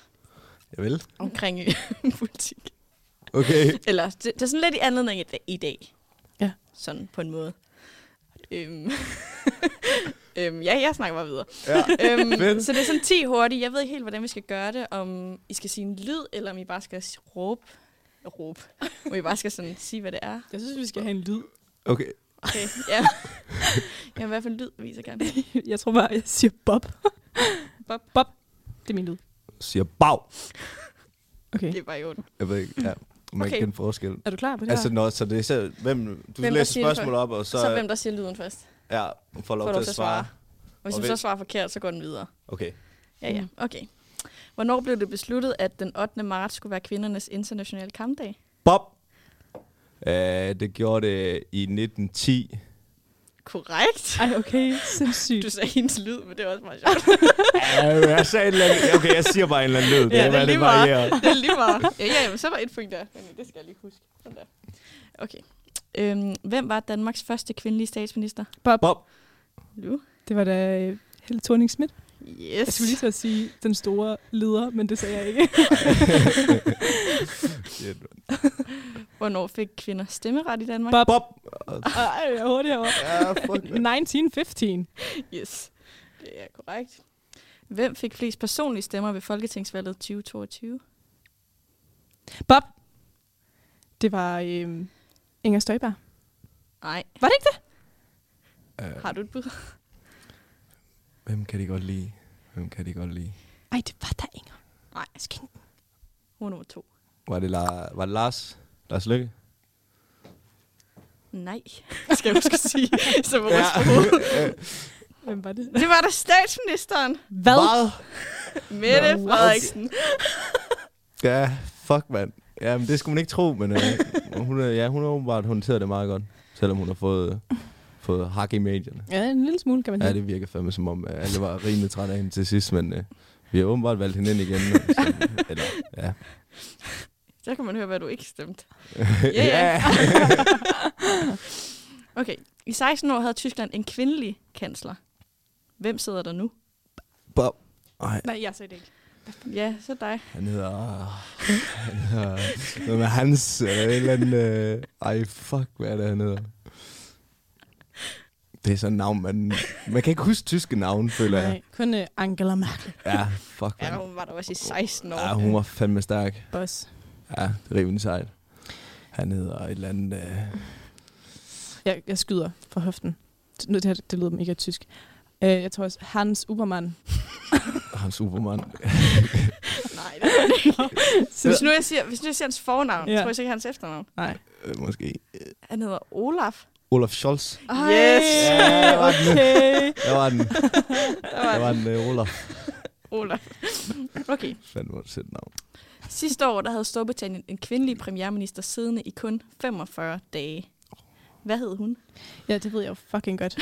Speaker 6: Ja, vel?
Speaker 3: omkring øh, politik.
Speaker 6: Okay.
Speaker 3: Eller, det, det er sådan lidt i anledning i dag- i dag.
Speaker 5: Ja.
Speaker 3: Sådan på en måde. Øhm. øhm, ja, jeg snakker bare videre.
Speaker 6: Ja.
Speaker 3: Øhm,
Speaker 6: Fedt.
Speaker 3: så det er sådan 10 hurtigt. Jeg ved ikke helt, hvordan vi skal gøre det. Om I skal sige en lyd, eller om I bare skal s- råbe. Råbe. Om I bare skal sådan sige, hvad det er.
Speaker 5: Jeg synes, vi skal have en lyd.
Speaker 6: Okay.
Speaker 3: Okay, ja. Jamen, hvad for en lyd viser gerne.
Speaker 5: jeg tror bare, jeg siger Bob.
Speaker 3: Bob.
Speaker 5: Bob. Det er min lyd.
Speaker 6: Siger bag.
Speaker 5: Okay.
Speaker 3: Det er bare i orden.
Speaker 6: Jeg ved ikke, ja. Man
Speaker 3: Okay.
Speaker 6: kan kende forskel.
Speaker 5: Er du klar på det
Speaker 6: Altså,
Speaker 5: her?
Speaker 6: nå, så det er så, hvem, du
Speaker 3: Hvem,
Speaker 6: hvem
Speaker 3: der
Speaker 6: læser
Speaker 3: siger det
Speaker 6: spørgsmål op, og så,
Speaker 3: Så, så hvem der siger lyden først.
Speaker 6: ja, får lov til at svare.
Speaker 3: Og hvis
Speaker 6: Og
Speaker 3: du
Speaker 6: hvem-
Speaker 3: så svarer forkert, så går den videre.
Speaker 6: Okay.
Speaker 3: Ja, ja. Mm, Okay. Hvornår blev det besluttet, at den 8. marts skulle være kvindernes internationale kampdag?
Speaker 6: Bob. Uh, det gjorde det i 1910.
Speaker 3: Korrekt.
Speaker 5: Ej, okay. Sindssygt.
Speaker 3: Du sagde hendes lyd, men det er også meget sjovt.
Speaker 6: Ja, jeg sagde en eller anden, okay, jeg siger bare en eller anden lyd.
Speaker 3: Ja, det er
Speaker 6: hvad
Speaker 3: lige meget.
Speaker 6: varierer.
Speaker 3: det er lige meget. Ja, ja, men så var et point der. Men det skal jeg lige huske. Sådan der. Okay. Øhm, hvem var Danmarks første kvindelige statsminister?
Speaker 6: Bob.
Speaker 3: Nu.
Speaker 5: Det var da øh, Helle thorning -Smith. Jeg
Speaker 3: Yes.
Speaker 5: skulle lige til at sige den store leder, men det sagde jeg ikke.
Speaker 3: Hvornår fik kvinder stemmeret i Danmark?
Speaker 5: Bob.
Speaker 6: Bob.
Speaker 5: Ej, jeg er hurtigere.
Speaker 6: Ja, fuck.
Speaker 5: 1915.
Speaker 3: Yes. Det er korrekt. Hvem fik flest personlige stemmer ved Folketingsvalget 2022?
Speaker 5: Bob. Det var øhm, Inger Støjberg.
Speaker 3: Nej.
Speaker 5: Var det ikke det?
Speaker 6: Øh,
Speaker 3: Har du et bud?
Speaker 6: Hvem kan de godt lide? Hvem kan de godt lide?
Speaker 5: Nej, det var der Inger.
Speaker 3: Nej.
Speaker 5: Skink.
Speaker 3: Hun er nummer to.
Speaker 6: Var det, La- var det Lars? Lars Lykke?
Speaker 3: Nej, skal jeg huske at sige. Så var ja.
Speaker 5: Hvem var det?
Speaker 3: Det var da statsministeren,
Speaker 5: Hvad?
Speaker 3: Mette
Speaker 5: Nå,
Speaker 3: Frederiksen.
Speaker 6: Ja, fuck mand. Ja, men det skulle man ikke tro, men øh, hun, er, ja, hun har åbenbart håndteret det meget godt, selvom hun har fået, øh, fået hak i medierne.
Speaker 5: Ja, en lille smule, kan man
Speaker 6: Ja,
Speaker 5: sige.
Speaker 6: det virker fandme som om, at alle var rimelig trætte af hende til sidst, men øh, vi har åbenbart valgt hende ind igen. øh, Så, eller, ja.
Speaker 3: Der kan man høre, hvad du ikke stemte.
Speaker 6: Øh,
Speaker 3: Ja, ja. Okay, i 16 år havde Tyskland en kvindelig kansler. Hvem sidder der nu?
Speaker 6: Bob. Ej,
Speaker 5: Nej, jeg sagde det ikke.
Speaker 3: Ja, så dig.
Speaker 6: han hedder... Han hedder... Noget med Hans eller et eller andet... Øh, ej, fuck, hvad er det, han hedder? Det er sådan et navn, man... Man kan ikke huske tyske navne, føler jeg.
Speaker 5: Nej, kun øh, Angela Merkel.
Speaker 6: Ja, fuck,
Speaker 3: Ja,
Speaker 6: man.
Speaker 3: hun var der også i 16 år.
Speaker 6: Ja, Ah, hun var fandme stærk.
Speaker 5: Boss.
Speaker 6: Ja, det er rimelig sejt. Han hedder et eller andet... Øh,
Speaker 5: Jeg, jeg skyder fra hoften. Nu, det, her, det lyder mega tysk. Øh, jeg tror også, Hans Ubermann.
Speaker 6: han Superman.
Speaker 3: Nej, det var det ikke.
Speaker 5: Så,
Speaker 3: Hvis nu jeg siger, hvis nu jeg siger hans fornavn,
Speaker 5: Ja.
Speaker 3: ja. tror jeg så ikke hans efternavn.
Speaker 5: nej.
Speaker 6: Øh, måske.
Speaker 3: Han hedder Olaf.
Speaker 6: Olaf Scholz.
Speaker 3: Yes.
Speaker 6: Ja,
Speaker 5: okay.
Speaker 6: Der var den. Der var
Speaker 3: var
Speaker 6: den, øh, Olaf.
Speaker 3: Olaf. Okay.
Speaker 6: Fandt mig et navn.
Speaker 3: Sidste år, der havde Storbritannien en kvindelig premierminister siddende i kun 45 dage. Hvad hed hun?
Speaker 5: Ja, det ved jeg jo fucking godt.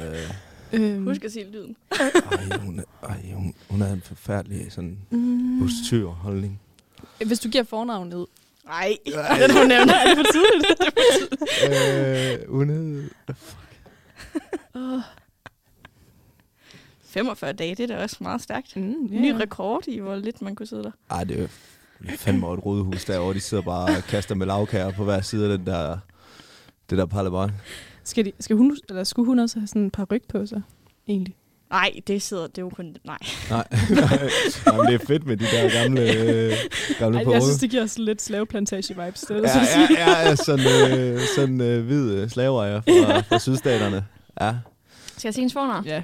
Speaker 6: Øh,
Speaker 5: Øhm,
Speaker 3: Husk at sige lyden.
Speaker 6: ej, hun, er- ej, hun, hun havde en forfærdelig sådan
Speaker 5: mm,
Speaker 6: positiv holdning.
Speaker 5: hvis du giver fornavnet,
Speaker 3: Nej,
Speaker 6: Ej.
Speaker 3: den hun nævner.
Speaker 5: det er for tidligt.
Speaker 6: øh, hun hed...
Speaker 3: 45 dage, det er da også meget stærkt.
Speaker 5: Mm, ja,
Speaker 3: Ny
Speaker 5: ja.
Speaker 3: rekord i, hvor lidt man kunne sidde der.
Speaker 6: Ej, det er fandme et rådhus derovre. De sidder bare og kaster med lavkager på hver side af den der, det der parlament.
Speaker 5: Skal, de, skal hun, eller skulle hun også have sådan et par ryg på sig? Egentlig.
Speaker 3: Nej, det sidder, det er jo kun... Nej.
Speaker 6: Nej, Jamen, det er fedt med de der gamle, øh, gamle
Speaker 5: Ej,
Speaker 6: på
Speaker 5: jeg synes, det giver os lidt slaveplantage-vibes. Det er
Speaker 6: Ja,
Speaker 5: ja, ja.
Speaker 6: ja, ja, ja, sådan, øh, sådan øh, hvide slaver ja, fra, fra sydstaterne. Ja.
Speaker 3: Skal jeg sige hendes fornavn?
Speaker 5: ja.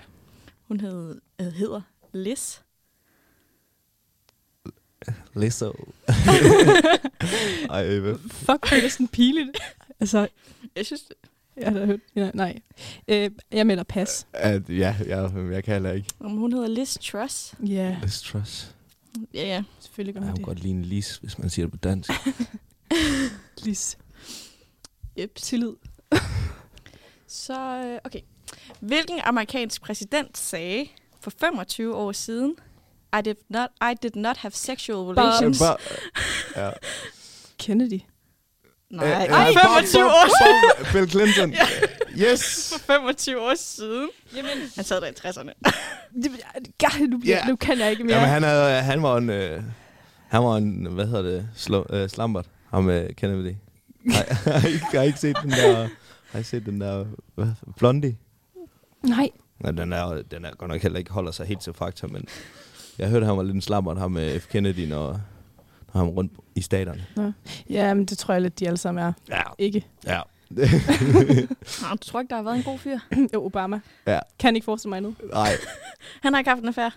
Speaker 3: Hun hed, øh, hedder Liz.
Speaker 6: Lizzo. Ej, øh, hvad
Speaker 5: Fuck, det er sådan piligt. altså,
Speaker 3: Jeg synes, det-
Speaker 5: jeg har da hørt... Nej, nej. Øh, jeg melder pas.
Speaker 6: At, ja, jeg, jeg kan heller ikke.
Speaker 3: Jamen, hun hedder Liz Truss.
Speaker 5: Ja,
Speaker 6: Liz Truss.
Speaker 3: Ja, ja.
Speaker 5: selvfølgelig gør
Speaker 6: Jeg
Speaker 5: hun
Speaker 6: kunne
Speaker 5: det.
Speaker 6: godt lide en lis, hvis man siger det på dansk.
Speaker 5: Lis.
Speaker 3: Yep.
Speaker 5: Tillid.
Speaker 3: Så, øh, okay. Hvilken amerikansk præsident sagde for 25 år siden, I did not, I did not have sexual relations.
Speaker 6: Bare, ja.
Speaker 5: Kennedy.
Speaker 3: Nej,
Speaker 6: Øh, øh,
Speaker 3: Ej,
Speaker 6: Bob,
Speaker 3: 25
Speaker 6: Bob,
Speaker 3: år siden.
Speaker 6: Bob, Bill Clinton. Yes!
Speaker 3: For 25 år siden. Jamen. Han sad der i 60'erne.
Speaker 5: God, nu,
Speaker 6: bliver-
Speaker 5: yeah.
Speaker 6: Ja.
Speaker 5: nu kan jeg ikke mere.
Speaker 6: Jamen, han, havde, han var en... Øh, han var en, hvad hedder det, slo, øh, slampert. Ham øh, kender vi det. Har, har, I- har I ikke set den der... Har I set den der... Hvad, Blondie?
Speaker 5: Nej.
Speaker 6: Nej, den er, den er godt nok heller ikke holder sig helt til fakta, men jeg hørte, han var lidt en slampert, ham med F. Kennedy, når, når han var rundt i staterne.
Speaker 5: Ja, men det tror jeg lidt, de alle sammen er.
Speaker 6: Ja,
Speaker 5: Ikke.
Speaker 6: ja.
Speaker 3: Nå, du tror ikke, der har været en god fyr?
Speaker 5: jo, Obama.
Speaker 6: Ja.
Speaker 5: Kan ikke forestille mig andet.
Speaker 6: Nej,
Speaker 3: Han har ikke haft en affære.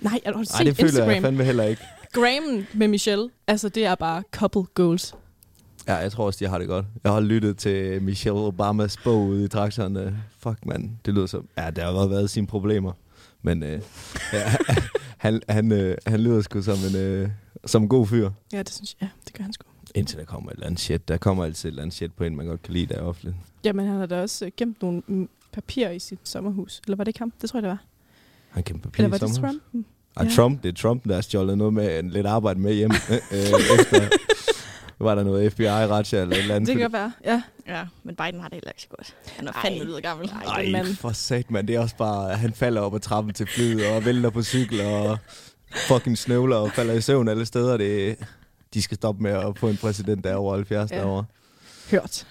Speaker 5: Nej, jeg har du
Speaker 6: nej,
Speaker 5: set
Speaker 6: det føler
Speaker 5: Instagram.
Speaker 6: jeg fandme heller ikke.
Speaker 5: Gramen med Michelle. Altså, det er bare couple goals.
Speaker 6: Ja, jeg tror også, de har det godt. Jeg har lyttet til Michelle Obamas bog ude i traktoren. Øh, Fuck, mand. Det lyder som... Ja, der har godt været sine problemer. Men øh, ja, han, han, øh, han lyder sgu som en, øh, som en god fyr.
Speaker 5: Ja, det synes jeg. Ja, det gør han sgu.
Speaker 6: Indtil der kommer et eller andet shit. Der kommer altid et eller andet shit på en, man godt kan lide, der er offentligt.
Speaker 5: Jamen, han har da også øh, gemt nogle mm, papirer i sit sommerhus. Eller var det ikke ham? Det tror jeg, det var.
Speaker 6: Han kæmper papir
Speaker 5: Eller
Speaker 6: i
Speaker 5: var det
Speaker 6: sommerhus.
Speaker 5: Trump? Mm.
Speaker 6: Og
Speaker 5: Ja.
Speaker 6: ja. Ah, Trump, det er Trump, der har stjålet noget med en lidt arbejde med hjem. øh, øh, efter var der noget fbi razzia eller et eller andet.
Speaker 5: Det kan godt være. Ja.
Speaker 3: Ja, men Biden har det heller ikke så godt. Han er
Speaker 5: Ej.
Speaker 3: fandme lyder gammel. Ej.
Speaker 5: Ej,
Speaker 6: Ej,
Speaker 5: mand.
Speaker 6: for sat, mand. Det er også bare, at han falder op ad trappen til flyet og vælter på cykel og fucking snøvler og falder i søvn alle steder. Det, de skal stoppe med at få en præsident, der er over 70
Speaker 5: Ja.
Speaker 6: ja. derovre.
Speaker 5: Hørt.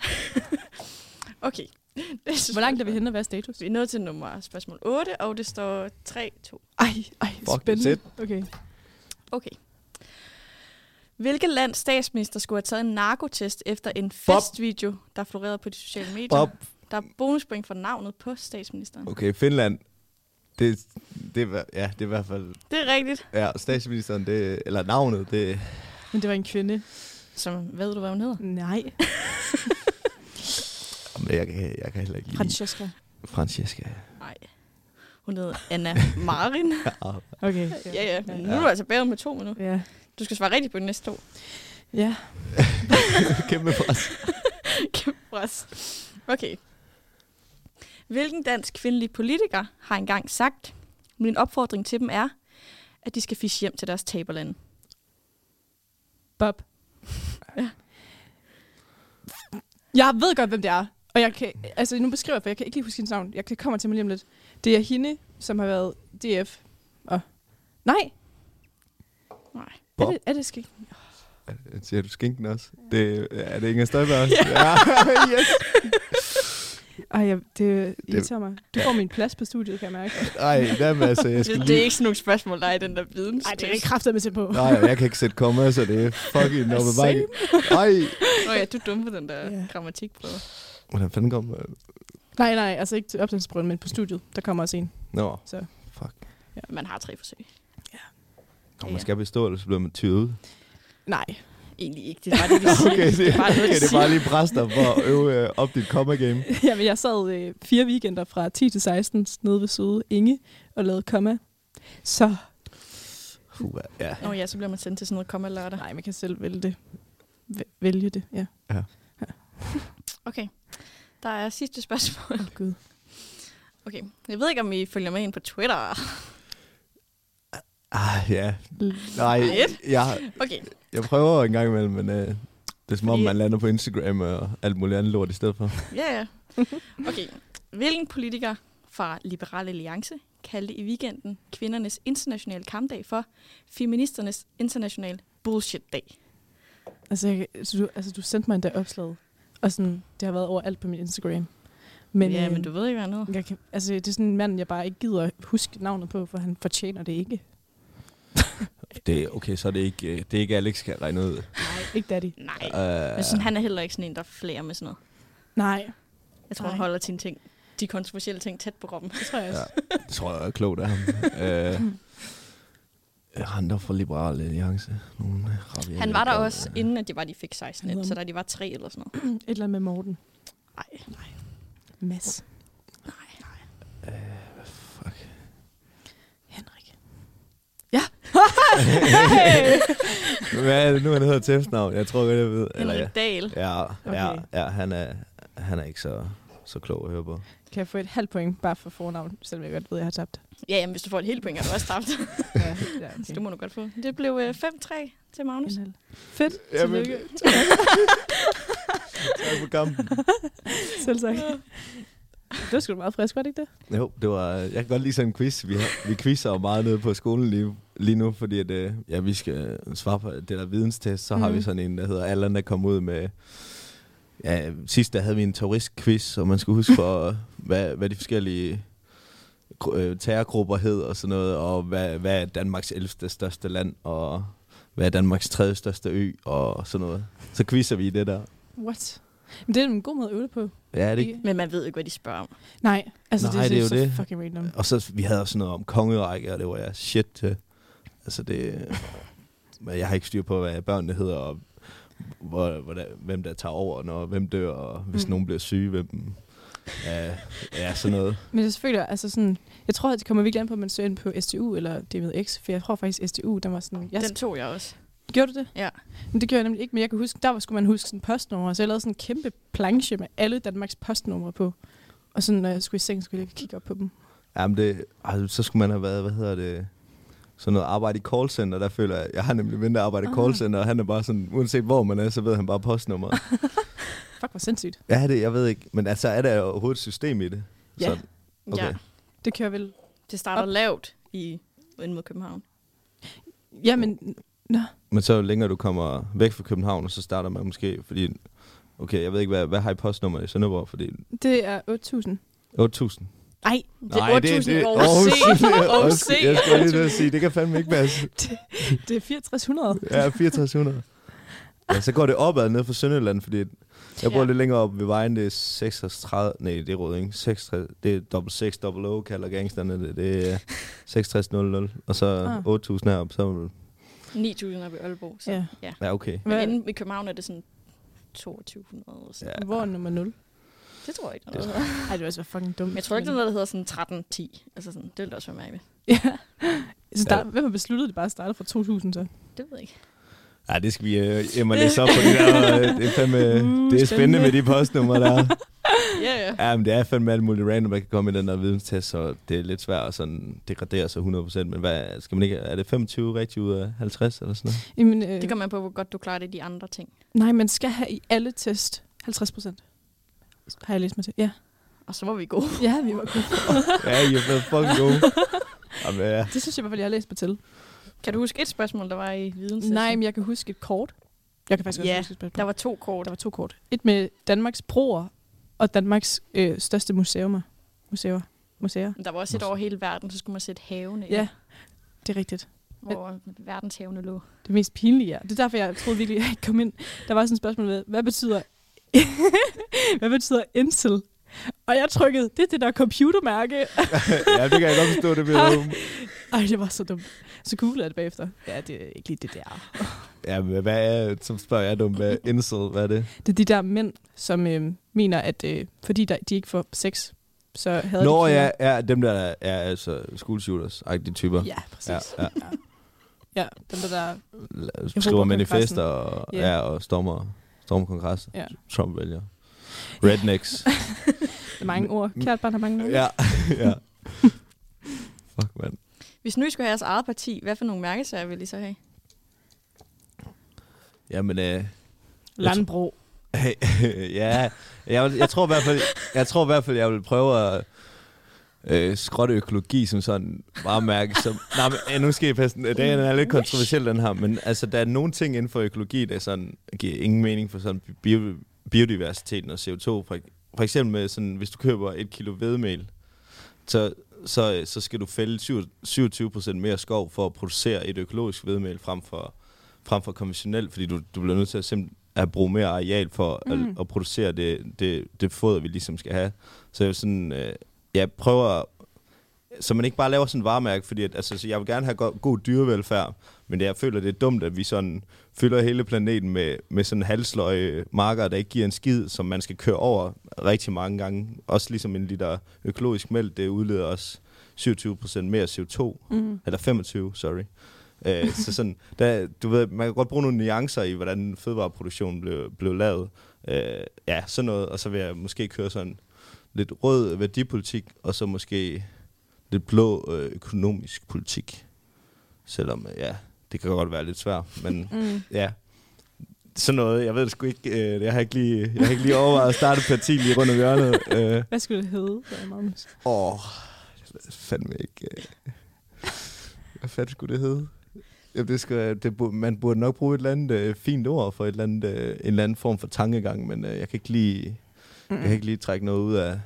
Speaker 3: Okay. Det synes
Speaker 5: Hvor langt
Speaker 3: jeg-
Speaker 5: er vi henne? og Hvad er status?
Speaker 3: Vi er nået til nummer spørgsmål 8, og det står 3-2.
Speaker 5: Ej, ej,
Speaker 6: Fuck, det er
Speaker 5: spændende.
Speaker 6: tæt.
Speaker 5: Okay.
Speaker 3: Okay. Hvilket lands statsminister skulle have taget en narkotest efter en festvideo, der florerede på de sociale medier?
Speaker 6: Bob,
Speaker 3: Der er bonuspoint for navnet på statsministeren.
Speaker 6: okay, Finland. Det, det, er, hver- ja, det er i hvert fald...
Speaker 3: Det er rigtigt.
Speaker 6: Ja, statsministeren, det, eller navnet, det...
Speaker 5: Men det var en kvinde.
Speaker 3: Som, ved du, hvad hun hedder?
Speaker 5: Nej.
Speaker 6: Jamen, jeg, kan, jeg kan heller ikke lide
Speaker 3: Francesca.
Speaker 6: Francesca.
Speaker 3: Hun hedder Anna Marin.
Speaker 5: Okay.
Speaker 3: ja, ja. Men Nu er du altså bagud med to minutter.
Speaker 5: Ja.
Speaker 3: Du skal svare rigtigt på de næste to.
Speaker 5: ja.
Speaker 6: Kæmpe pres.
Speaker 3: Pres. Okay. Hvilken dansk kvindelig politiker har engang sagt, min opfordring til dem er, at de skal fiske hjem til deres taberland.
Speaker 5: Bob. Ja. Jeg ved godt, hvem det er. Og jeg kan, altså nu beskriver jeg, for jeg kan ikke lige huske hendes navn. Jeg kan- kommer til mig lige om lidt. Det er hende, som har været DF. Og... Nej.
Speaker 3: Nej.
Speaker 5: Er
Speaker 6: Bob.
Speaker 5: det, er det sket?
Speaker 6: Siger du skinken også? Det, er det Inger Støjberg? ja. yes.
Speaker 5: Ej, jeg, det irriterer mig. Du får min plads på studiet, kan jeg mærke.
Speaker 6: Ej, jamen altså, jeg skal
Speaker 8: Det, det er
Speaker 6: lige...
Speaker 8: ikke sådan nogle spørgsmål, der er i den der viden.
Speaker 5: Nej, det er ikke kraftet med til på.
Speaker 6: Nej, jeg kan ikke sætte komma, så det er fucking op ad bakke. Ej,
Speaker 8: Nå ja, du er dum på den der
Speaker 5: Ja.
Speaker 8: yeah. grammatikprøve.
Speaker 6: hvordan fanden kom... øh,
Speaker 5: Nej, nej, altså ikke til opdagelsesprøven, men på studiet. Der kommer også en.
Speaker 6: Nå,
Speaker 5: Så.
Speaker 6: fuck.
Speaker 8: Man har tre forsøg.
Speaker 6: Nå, man skal bestå, eller så bliver man tyvet.
Speaker 5: Nej.
Speaker 8: Egentlig ikke. Det var det, vi siger.
Speaker 6: Okay, det,
Speaker 8: er bare noget,
Speaker 6: okay,
Speaker 8: vi
Speaker 6: det er
Speaker 8: siger.
Speaker 6: bare lige præst dig for at øve øh, op dit comma game.
Speaker 5: Jamen, jeg sad øh, fire weekender fra 10 til 16 nede ved søde Inge og lavede komma. Så
Speaker 6: Puh, ja.
Speaker 3: Nå ja, så bliver man sendt til sådan noget komma lørdag.
Speaker 5: nej, man kan selv vælge det. Væ- Vælge det, ja.
Speaker 3: Okay. Der er sidste spørgsmål.
Speaker 5: Åh, Gud.
Speaker 3: Okay. Jeg ved ikke, om I følger med ind på Twitter.
Speaker 6: Ah, ja. Nej, jeg,
Speaker 3: Okay.
Speaker 6: jeg prøver en gang imellem, men øh, det er som om,
Speaker 3: Fordi-
Speaker 6: man lander på Instagram og alt muligt andet lort i stedet for.
Speaker 3: Ja, ja. Okay. Hvilken politiker fra Liberal Alliance kaldte i weekenden kvindernes internationale kampdag for feministernes internationale bullshit-dag?
Speaker 5: Altså, jeg, så du, altså, du sendte mig endda opslaget. Og sådan, det har været overalt på min Instagram. Men,
Speaker 3: ja,
Speaker 5: øh,
Speaker 3: men du ved ikke, hvad han hedder.
Speaker 5: Jeg kan, altså, det er sådan en mand, jeg bare ikke gider huske navnet på, for han fortjener det ikke.
Speaker 6: Det, okay, så er det ikke, øh, det er ikke Alex, kan jeg regne ud.
Speaker 5: Ikke daddy.
Speaker 3: Nej.
Speaker 6: Uh,
Speaker 3: Men sådan, han er heller ikke sådan en, der flærer med sådan noget.
Speaker 5: Nej,
Speaker 3: Jeg tror, Nej. han
Speaker 5: Nej.
Speaker 3: holder sine ting, de kontroversielle ting tæt på kroppen.
Speaker 5: det tror jeg også.
Speaker 6: Det tror jeg er klogt af ham.
Speaker 3: Hmm.
Speaker 6: Øh, andre fra Liberale Alliance. Nogle øh, rabiate
Speaker 3: Han var der
Speaker 6: gamle.
Speaker 3: også, inden at de var, de fik 16
Speaker 5: Han
Speaker 3: et, så
Speaker 5: hedder-
Speaker 3: da de var tre eller sådan noget.
Speaker 5: Et eller andet med Morten.
Speaker 3: Nej.
Speaker 5: Mads.
Speaker 6: Fuck.
Speaker 5: Henrik.
Speaker 6: Hvad er det nu, han hedder til efternavn? Jeg tror godt, jeg ved. Eller, ja.
Speaker 3: Henrik Dahl.
Speaker 6: Ja, ja,
Speaker 5: Okay.
Speaker 6: ja han, er, han er ikke så, så klog at høre på.
Speaker 5: Kan jeg få et halvt point bare for fornavn, selvom jeg godt ved, at jeg har tabt?
Speaker 3: Ja, jamen, hvis du får et helt point, er du også tabt.
Speaker 5: Ja, ja
Speaker 3: Så det må du godt få. Det blev øh, 5-3 til Magnus.
Speaker 5: Fedt.
Speaker 6: Jamen,
Speaker 5: Tillykke.
Speaker 6: Tak for kampen.
Speaker 5: Selv tak. Det var sgu da meget frisk, var det ikke det?
Speaker 6: Jo, det var, øh, jeg kan godt lide sådan en quiz. Vi, har, vi quizzer jo meget nede på skolen lige, lige nu, fordi at, øh, ja, vi skal svare på det der videnstest. Så mm. har
Speaker 5: Mhm.
Speaker 6: vi sådan en, der hedder Allan, der kom ud med... Ja, sidst der havde vi en terroristquiz, og man skulle huske for, hvad, hvad de forskellige gru- øh, terrorgrupper hed og sådan noget, og hvad, hvad er Danmarks 11. største land, og hvad er Danmarks 3. største ø, og sådan noget. Så quizzer vi i det der.
Speaker 5: What? Men det er en god måde at øve det på.
Speaker 6: Ja, er det ikke?
Speaker 5: Ikke?
Speaker 3: Men man ved jo ikke, hvad de spørger om.
Speaker 5: Nej, altså
Speaker 6: Nej,
Speaker 5: det,
Speaker 6: det er
Speaker 5: er
Speaker 6: jo
Speaker 5: så
Speaker 6: det.
Speaker 5: fucking random.
Speaker 6: Og så vi havde også noget om kongerække, og det var jeg shit til. Altså det... Men jeg har ikke styr på, hvad børnene hedder, og hvor, hvordan, hvem der tager over, når hvem dør, og hvis
Speaker 5: Mm.
Speaker 6: mm. nogen bliver syge, hvem... Ja, ja, sådan noget.
Speaker 5: Men jeg selvfølgelig, altså sådan, jeg tror, at det kommer virkelig an på, at man søger ind på STU eller DMX, for jeg tror faktisk, STU, der var sådan, jeg
Speaker 3: Den tog jeg også.
Speaker 5: Gjorde du det?
Speaker 3: Ja.
Speaker 5: Men det gjorde jeg nemlig ikke, men jeg kan huske, der var- skulle man huske sådan postnumre, så jeg lavede sådan en kæmpe planche med alle Danmarks postnumre på. Og sådan, når jeg skulle i seng, skulle jeg lige kigge op på dem.
Speaker 6: Jamen det, altså, så skulle man have været, hvad hedder det, sådan noget arbejde i callcenter, der føler jeg, jeg har nemlig en ven, der arbejder i callcenter, og han er bare sådan, uanset hvor man er, så ved han bare postnummeret.
Speaker 5: Fuck, hvor sindssygt.
Speaker 6: ja, det, jeg ved ikke, men altså er der overhovedet et system i det?
Speaker 5: Ja.
Speaker 6: Sådan. Okay.
Speaker 3: Ja,
Speaker 5: Det kører vel.
Speaker 3: det starter
Speaker 5: Op.
Speaker 3: lavt i ind mod København.
Speaker 5: Ja, men
Speaker 6: Men så jo længere du kommer væk fra København, så starter man måske, fordi... Okay, jeg ved ikke, hvad, hvad har I postnummer i Sønderborg? Fordi
Speaker 5: det er 8.000.
Speaker 6: 8.000.
Speaker 5: Nej,
Speaker 3: Det er 8.000 Aarhus C. Aarhus C.
Speaker 6: Jeg skal lige til at sige, det kan fandme ikke passe.
Speaker 5: det er 6400.
Speaker 6: Ja, 6400. Ja, så går det opad ned fra Sønderjylland, fordi jeg bor
Speaker 3: Ja.
Speaker 6: ja. lidt længere op ved vejen, det er 36, nej, det er råd, ikke? 66, det er dobbelt 6, dobbelt O, kalder gangsterne det, det er 6600, og så
Speaker 5: Ah.
Speaker 6: 8000 heroppe, så
Speaker 3: 9.000 oppe i Aalborg. Så.
Speaker 5: Ja.
Speaker 6: Ja, okay.
Speaker 3: Men
Speaker 5: Hvad,
Speaker 3: inde i København er det sådan 2.200. eller sådan.
Speaker 6: Ja.
Speaker 5: hvor er nummer 0?
Speaker 3: Det tror jeg ikke. der er
Speaker 6: Det
Speaker 3: noget, der hedder.
Speaker 5: Ej, det var så fucking dumt.
Speaker 3: Men jeg tror ikke, det er noget, der hedder sådan 1310. Altså sådan, det ville da også være mærkeligt.
Speaker 5: Ja. Så der, hvem har besluttet det bare at starte fra 2000 så?
Speaker 3: Det ved jeg ikke.
Speaker 6: Ja, det skal vi øh, hjem og læse op på. Det, der, øh, det, er fandme,
Speaker 5: Mm,
Speaker 6: mm, det er spændende med de postnumre der.
Speaker 3: Ja, ja.
Speaker 6: Ja, men det er fandme alt muligt random, der kan komme i den der videnstest, så det er lidt svært at sådan degradere sig 100%, men hvad, skal man ikke, er det 25 rigtigt ud af 50 eller sådan noget?
Speaker 5: Jamen, øh,
Speaker 3: Det kommer man på, hvor godt du klarer det i de andre ting.
Speaker 5: Nej, man skal have i alle test 50 procent. Har jeg læst mig til? Ja.
Speaker 3: Og så var vi gode.
Speaker 5: Ja, vi var gode.
Speaker 6: Ja, I er blevet fucking gode. Jamen, ja.
Speaker 5: Det synes jeg i hvert fald, jeg har læst mig til.
Speaker 3: Kan du huske et spørgsmål, der var i videns?
Speaker 5: Nej, men jeg kan huske et kort. Jeg kan faktisk også
Speaker 3: Ja,
Speaker 5: huske et spørgsmål.
Speaker 3: der var to kort.
Speaker 5: der var to kort. Et med Danmarks broer og Danmarks øh, største museumer. Museer. Museer.
Speaker 3: Men Der var også et over hele verden, så skulle man sætte havene
Speaker 5: Ja,
Speaker 3: ind,
Speaker 5: det er rigtigt.
Speaker 3: hvor verdenshavene lå.
Speaker 5: Det mest pinlige er. Det er derfor, jeg troede virkelig, at jeg ikke kom ind. Der var sådan et spørgsmål med, hvad betyder, hvad betyder incel? Og jeg trykkede, det er det der computermærke.
Speaker 6: ja, det kan jeg godt forstå, det bliver jo-
Speaker 5: Ej, det var så dumt. Så googlede jeg det bagefter. Ja, det er ikke lige det der.
Speaker 6: Ja, men hvad er, så spørger jeg dem, hvad incel, hvad er det?
Speaker 5: Det er de der mænd, som øh, mener, at øh, fordi der, de ikke får sex, så havde
Speaker 6: Nå,
Speaker 5: de kvinder.
Speaker 6: ja, ja, dem der er er altså school shooters agtige typer.
Speaker 5: Ja, præcis.
Speaker 6: Ja,
Speaker 5: Ja,
Speaker 6: ja.
Speaker 5: ja dem der, der
Speaker 6: La-
Speaker 5: Jeg
Speaker 6: Skriver
Speaker 5: håber,
Speaker 6: manifester og,
Speaker 5: Ja.
Speaker 6: ja, og stormer, stormer kongresser.
Speaker 5: Ja.
Speaker 6: Trump vælger. Rednecks.
Speaker 5: er mange ord. Kært barn har mange ord.
Speaker 6: ja, ja. Fuck, mand.
Speaker 3: Hvis nu I skulle have jeres eget parti, hvad for nogle mærkesager ville I så have?
Speaker 6: Jamen, øh,
Speaker 5: Landbro.
Speaker 6: ja, jeg, vil- jeg, tror i hvert fald, jeg tror i hvert fald, jeg vil prøve at øh, skrotte økologi som sådan varemærke. Som, nej, men, ja, nu skal I passe, den den er lidt kontroversiel, den her, men altså, der er nogle ting inden for økologi, der sådan, giver ingen mening for sådan bio, biodiversiteten og CO2. For, for eksempel med sådan, hvis du køber et kilo vedmel, så, så, øh, så skal du fælde 27 27% mere skov for at producere et økologisk vedmel frem for, frem for konventionelt, fordi du, du bliver nødt til at, simpelthen at bruge mere areal for mm. at, at producere det, det, det foder, vi ligesom skal have. Så jeg vil sådan, øh, jeg prøver, at- så man ikke bare laver sådan en varemærke, fordi at, altså, så jeg vil gerne have go- god dyrevelfærd, men jeg føler, det er dumt, at vi sådan fylder hele planeten med, med sådan halsløje marker, der ikke giver en skid, som man skal køre over rigtig mange gange. Også ligesom en liter økologisk mælk, det udleder også 27% mere CO2, mm. eller 25, sorry. Øh, så sådan, der, du ved, man kan godt bruge nogle nuancer i, hvordan fødevareproduktionen blev, blev lavet. Øh, ja, sådan noget. Og så vil jeg måske køre sådan lidt rød værdipolitik, og så måske lidt blå øh, økonomisk politik. Selvom, øh, ja, det kan godt være lidt svært, men mm. ja. Sådan noget, jeg ved det sgu ikke, øh, jeg har ikke lige, jeg har ikke lige overvejet at starte et parti lige rundt om hjørnet. Øh,
Speaker 5: Hvad skulle det hedde, sagde Magnus?
Speaker 6: Åh, jeg ved fandme ikke. øh. Hvad fanden skulle det hedde? Jamen, det skal, det, bur- man burde nok bruge et eller andet øh, fint ord for et eller andet, øh, en eller anden form for tankegang, men øh, jeg kan ikke lige, mm. jeg kan ikke lige trække noget ud af...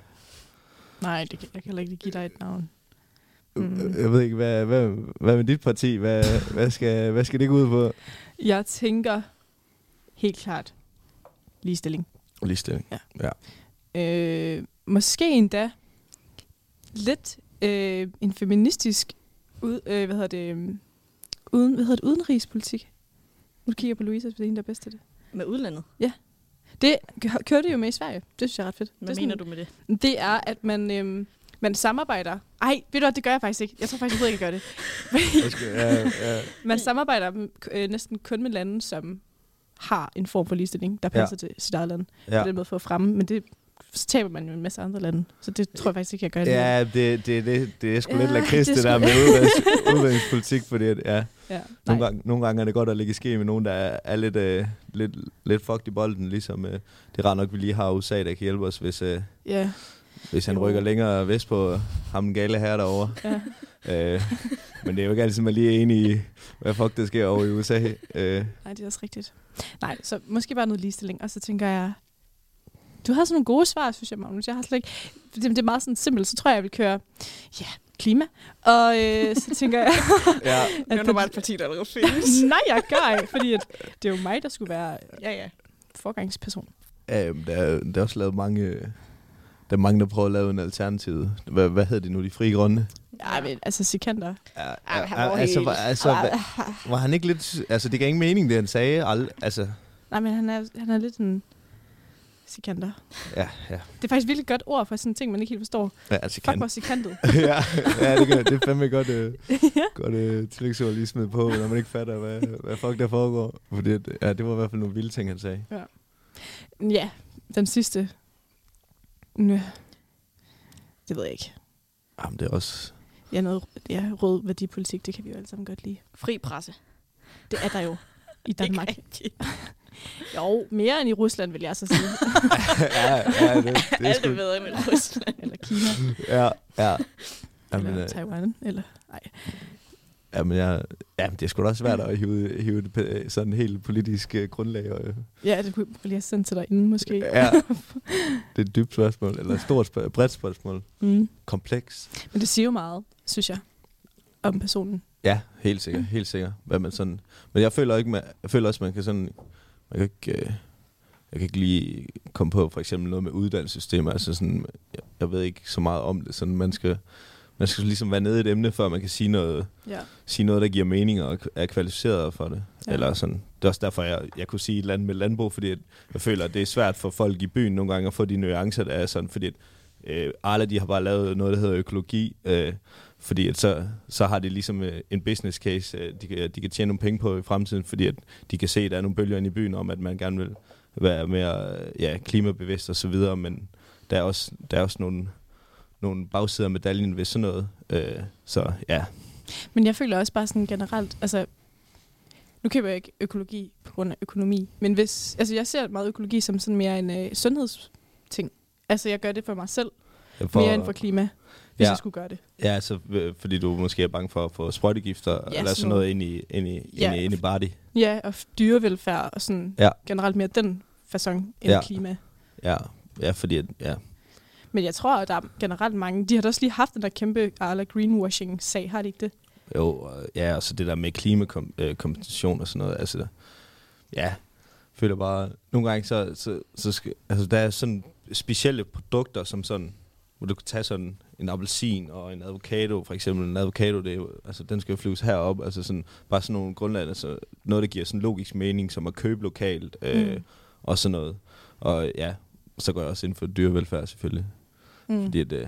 Speaker 5: Nej, det kan, jeg kan heller ikke lige give dig et navn.
Speaker 6: Mm.
Speaker 5: Mm.
Speaker 6: Jeg ved ikke, hvad, hvad, hvad med dit parti? Hvad, hvad, skal, hvad skal det gå ud på?
Speaker 5: Jeg tænker helt klart ligestilling.
Speaker 6: Ligestilling.
Speaker 5: Øh, måske endda lidt øh, en feministisk ud, øh, hvad hedder det, øhm, uden, hvad hedder det, udenrigspolitik. Nu kigger jeg på Louise, fordi det er hende, der er bedst til det.
Speaker 3: Med udlandet?
Speaker 5: Det kø- kørte de jo med i Sverige. Det synes jeg er ret fedt.
Speaker 3: Hvad
Speaker 5: det er
Speaker 3: mener du med det?
Speaker 5: du? Det er, at man, øhm, man samarbejder. Ej, ved du hvad, det gør jeg faktisk ikke. Jeg tror faktisk, jeg ved ikke, jeg gør det.
Speaker 6: Hvad skal, ja, ja.
Speaker 5: Man samarbejder mm, k- øh, næsten kun med lande, som har en form for ligestilling, der
Speaker 6: Ja.
Speaker 5: passer ja. til sit eget land. Ja. På
Speaker 6: Ja.
Speaker 5: den måde for at fremme, men det så taber man jo en masse andre lande. Så det tror jeg faktisk ikke, jeg gør det.
Speaker 6: Øh, Ja, det, det, det, det er sgu ja, lidt
Speaker 5: Ja,
Speaker 6: lakrids,
Speaker 5: det er
Speaker 6: det, det der
Speaker 5: sgu-
Speaker 6: med udlands- udlandspolitik, fordi at, ja,
Speaker 5: Ja,
Speaker 6: Nogle
Speaker 5: nej.
Speaker 6: gange, nogle gange er det godt at ligge i ske med nogen, der er, er lidt, øh, lidt, lidt fucked i bolden, ligesom øh, det er rart nok, vi lige har USA, der kan hjælpe os, hvis, øh,
Speaker 5: Ja.
Speaker 6: hvis han
Speaker 5: Jo.
Speaker 6: rykker længere vest på øh, ham den gale her derovre.
Speaker 5: Ja.
Speaker 6: øh, men det er jo ikke altid, man lige er enig i, hvad fuck der sker over i USA. Øh,
Speaker 5: Nej, det er også rigtigt. Nej, så måske bare noget ligestilling, og så tænker jeg, du har sådan nogle gode svar, synes jeg, Magnus. Jeg har slet ikke, det, det er meget sådan simpelt, så tror jeg, jeg vil køre, ja, klima. Og øh, så tænker jeg,
Speaker 6: ja,
Speaker 5: at
Speaker 3: Det var bare et parti, der allerede findes.
Speaker 5: nej, jeg gør ikke, fordi at det er jo mig, der skulle være
Speaker 3: ja, ja.
Speaker 5: forgangsperson.
Speaker 6: øh, der, er- der er også lavet mange... øh, Der er mange, der prøver at lave en alternativ. Hvad, hvad hedder det nu, de frie grønne?
Speaker 5: Ja, men altså Sikander.
Speaker 6: Ja,
Speaker 3: Ej, han var jo
Speaker 6: altså,
Speaker 3: helt- Ah.
Speaker 6: var, altså, var, var han ikke lidt... Altså, det gav ingen mening, det han sagde. Ald, altså,
Speaker 5: Nej, men han er, han er lidt en Sikander.
Speaker 6: ja, ja.
Speaker 5: Det er faktisk et virkelig godt ord for sådan en ting, man ikke helt forstår.
Speaker 6: Ja, altså,
Speaker 5: Fuck,
Speaker 6: kan.
Speaker 5: hvor sikantet.
Speaker 6: ja, ja, det, kan, det er fandme godt, øh, godt øh, triksord lige smidt på, når man ikke fatter, hvad, hvad fuck der foregår. Fordi, at- ja, det var i hvert fald nogle vilde ting, han sagde.
Speaker 5: Ja, den sidste. Nø. Det ved jeg ikke.
Speaker 6: Jamen, det er også...
Speaker 5: Jeg er noget ja, rød værdipolitik, det kan vi jo alle sammen godt lide.
Speaker 3: Fri presse.
Speaker 5: Det er der jo i Danmark. jo, mere end i Rusland, vil jeg så sige.
Speaker 6: ja, ja, det, det er
Speaker 3: Alt
Speaker 6: sgu...
Speaker 3: er bedre end Rusland.
Speaker 5: Eller Kina,
Speaker 6: Ja, ja. Jamen,
Speaker 5: eller
Speaker 6: øh,
Speaker 5: Taiwan. Eller, nej.
Speaker 6: jamen, jeg, jamen, det er sgu da også svært at hive, hive det, på- øh, sådan helt politisk øh, grundlag. Og, øh,
Speaker 5: Ja, det kunne jeg lige have sendt til dig inden, måske.
Speaker 6: ja, det er et dybt spørgsmål, eller et stort spørg- bredt spørgsmål.
Speaker 5: Mm.
Speaker 6: Kompleks.
Speaker 5: Men det siger jo meget, synes jeg, om personen.
Speaker 6: Ja, helt sikkert, helt sikkert. Hvad man sådan, men jeg føler ikke, man, jeg føler også, man kan sådan, man kan ikke, øh, jeg kan ikke lige komme på for eksempel noget med uddannelsessystemer. Altså sådan, jeg, jeg ved ikke så meget om det. Sådan, man skal, man skal ligesom være nede i et emne, før man kan sige noget,
Speaker 5: Ja.
Speaker 6: sige noget der giver mening og er kvalificeret for det.
Speaker 5: Ja.
Speaker 6: Ja. Eller sådan. Det er også derfor, jeg, jeg kunne sige et eller andet med landbrug, fordi at jeg føler, at det er svært for folk i byen nogle gange at få de nuancer, der er sådan, fordi at, øh, Arla, de har bare lavet noget, der hedder økologi, øh, fordi at så, så har de ligesom øh, en business case, øh, de, kan, de kan tjene nogle penge på i fremtiden, fordi at de kan se, at der er nogle bølger inde i byen om, at man gerne vil være mere øh, ja, klimabevidst og så videre, men der er også, der er også nogle, nogle bagsider af medaljen ved sådan noget. Øh, så ja,
Speaker 5: Men jeg føler også bare sådan generelt, altså, nu køber jeg ikke økologi på grund af økonomi, men hvis, altså jeg ser meget økologi som sådan mere en øh, sundhedsting. Altså jeg gør det for mig selv,
Speaker 6: jeg
Speaker 5: for,
Speaker 6: får-
Speaker 5: mere end for klima, hvis
Speaker 6: Ja.
Speaker 5: jeg skulle gøre det.
Speaker 6: Ja, altså, øh, fordi du måske er bange for at få sprøjtegifter ja, eller
Speaker 5: sådan
Speaker 6: sådan noget ind i, ind i,
Speaker 5: Ja.
Speaker 6: ja. ind i, ind i body.
Speaker 5: Ja, og f- dyrevelfærd og sådan ja.
Speaker 6: Ja.
Speaker 5: generelt mere den façon end ja.
Speaker 6: Ja.
Speaker 5: klima.
Speaker 6: Ja, ja fordi at- ja.
Speaker 5: Men jeg tror, at der er generelt mange, de har da også lige haft den der kæmpe Arla Greenwashing-sag, har de ikke det?
Speaker 6: Jo, og- ja, og så det der med klimakompensation og sådan noget, altså, ja, jeg føler bare, nogle gange så, så, så skal, altså, der er sådan specielle produkter, som sådan, hvor du kan tage sådan en appelsin og en avocado, for eksempel en avocado, det er jo, altså, den skal jo flyves herop, altså sådan, bare sådan nogle grundlag, altså, noget, der giver sådan logisk mening, som at købe lokalt, øh,
Speaker 5: Mm.
Speaker 6: mm. og sådan noget, og ja, så går jeg også ind for dyrevelfærd selvfølgelig,
Speaker 5: Mm.
Speaker 6: fordi at, øh,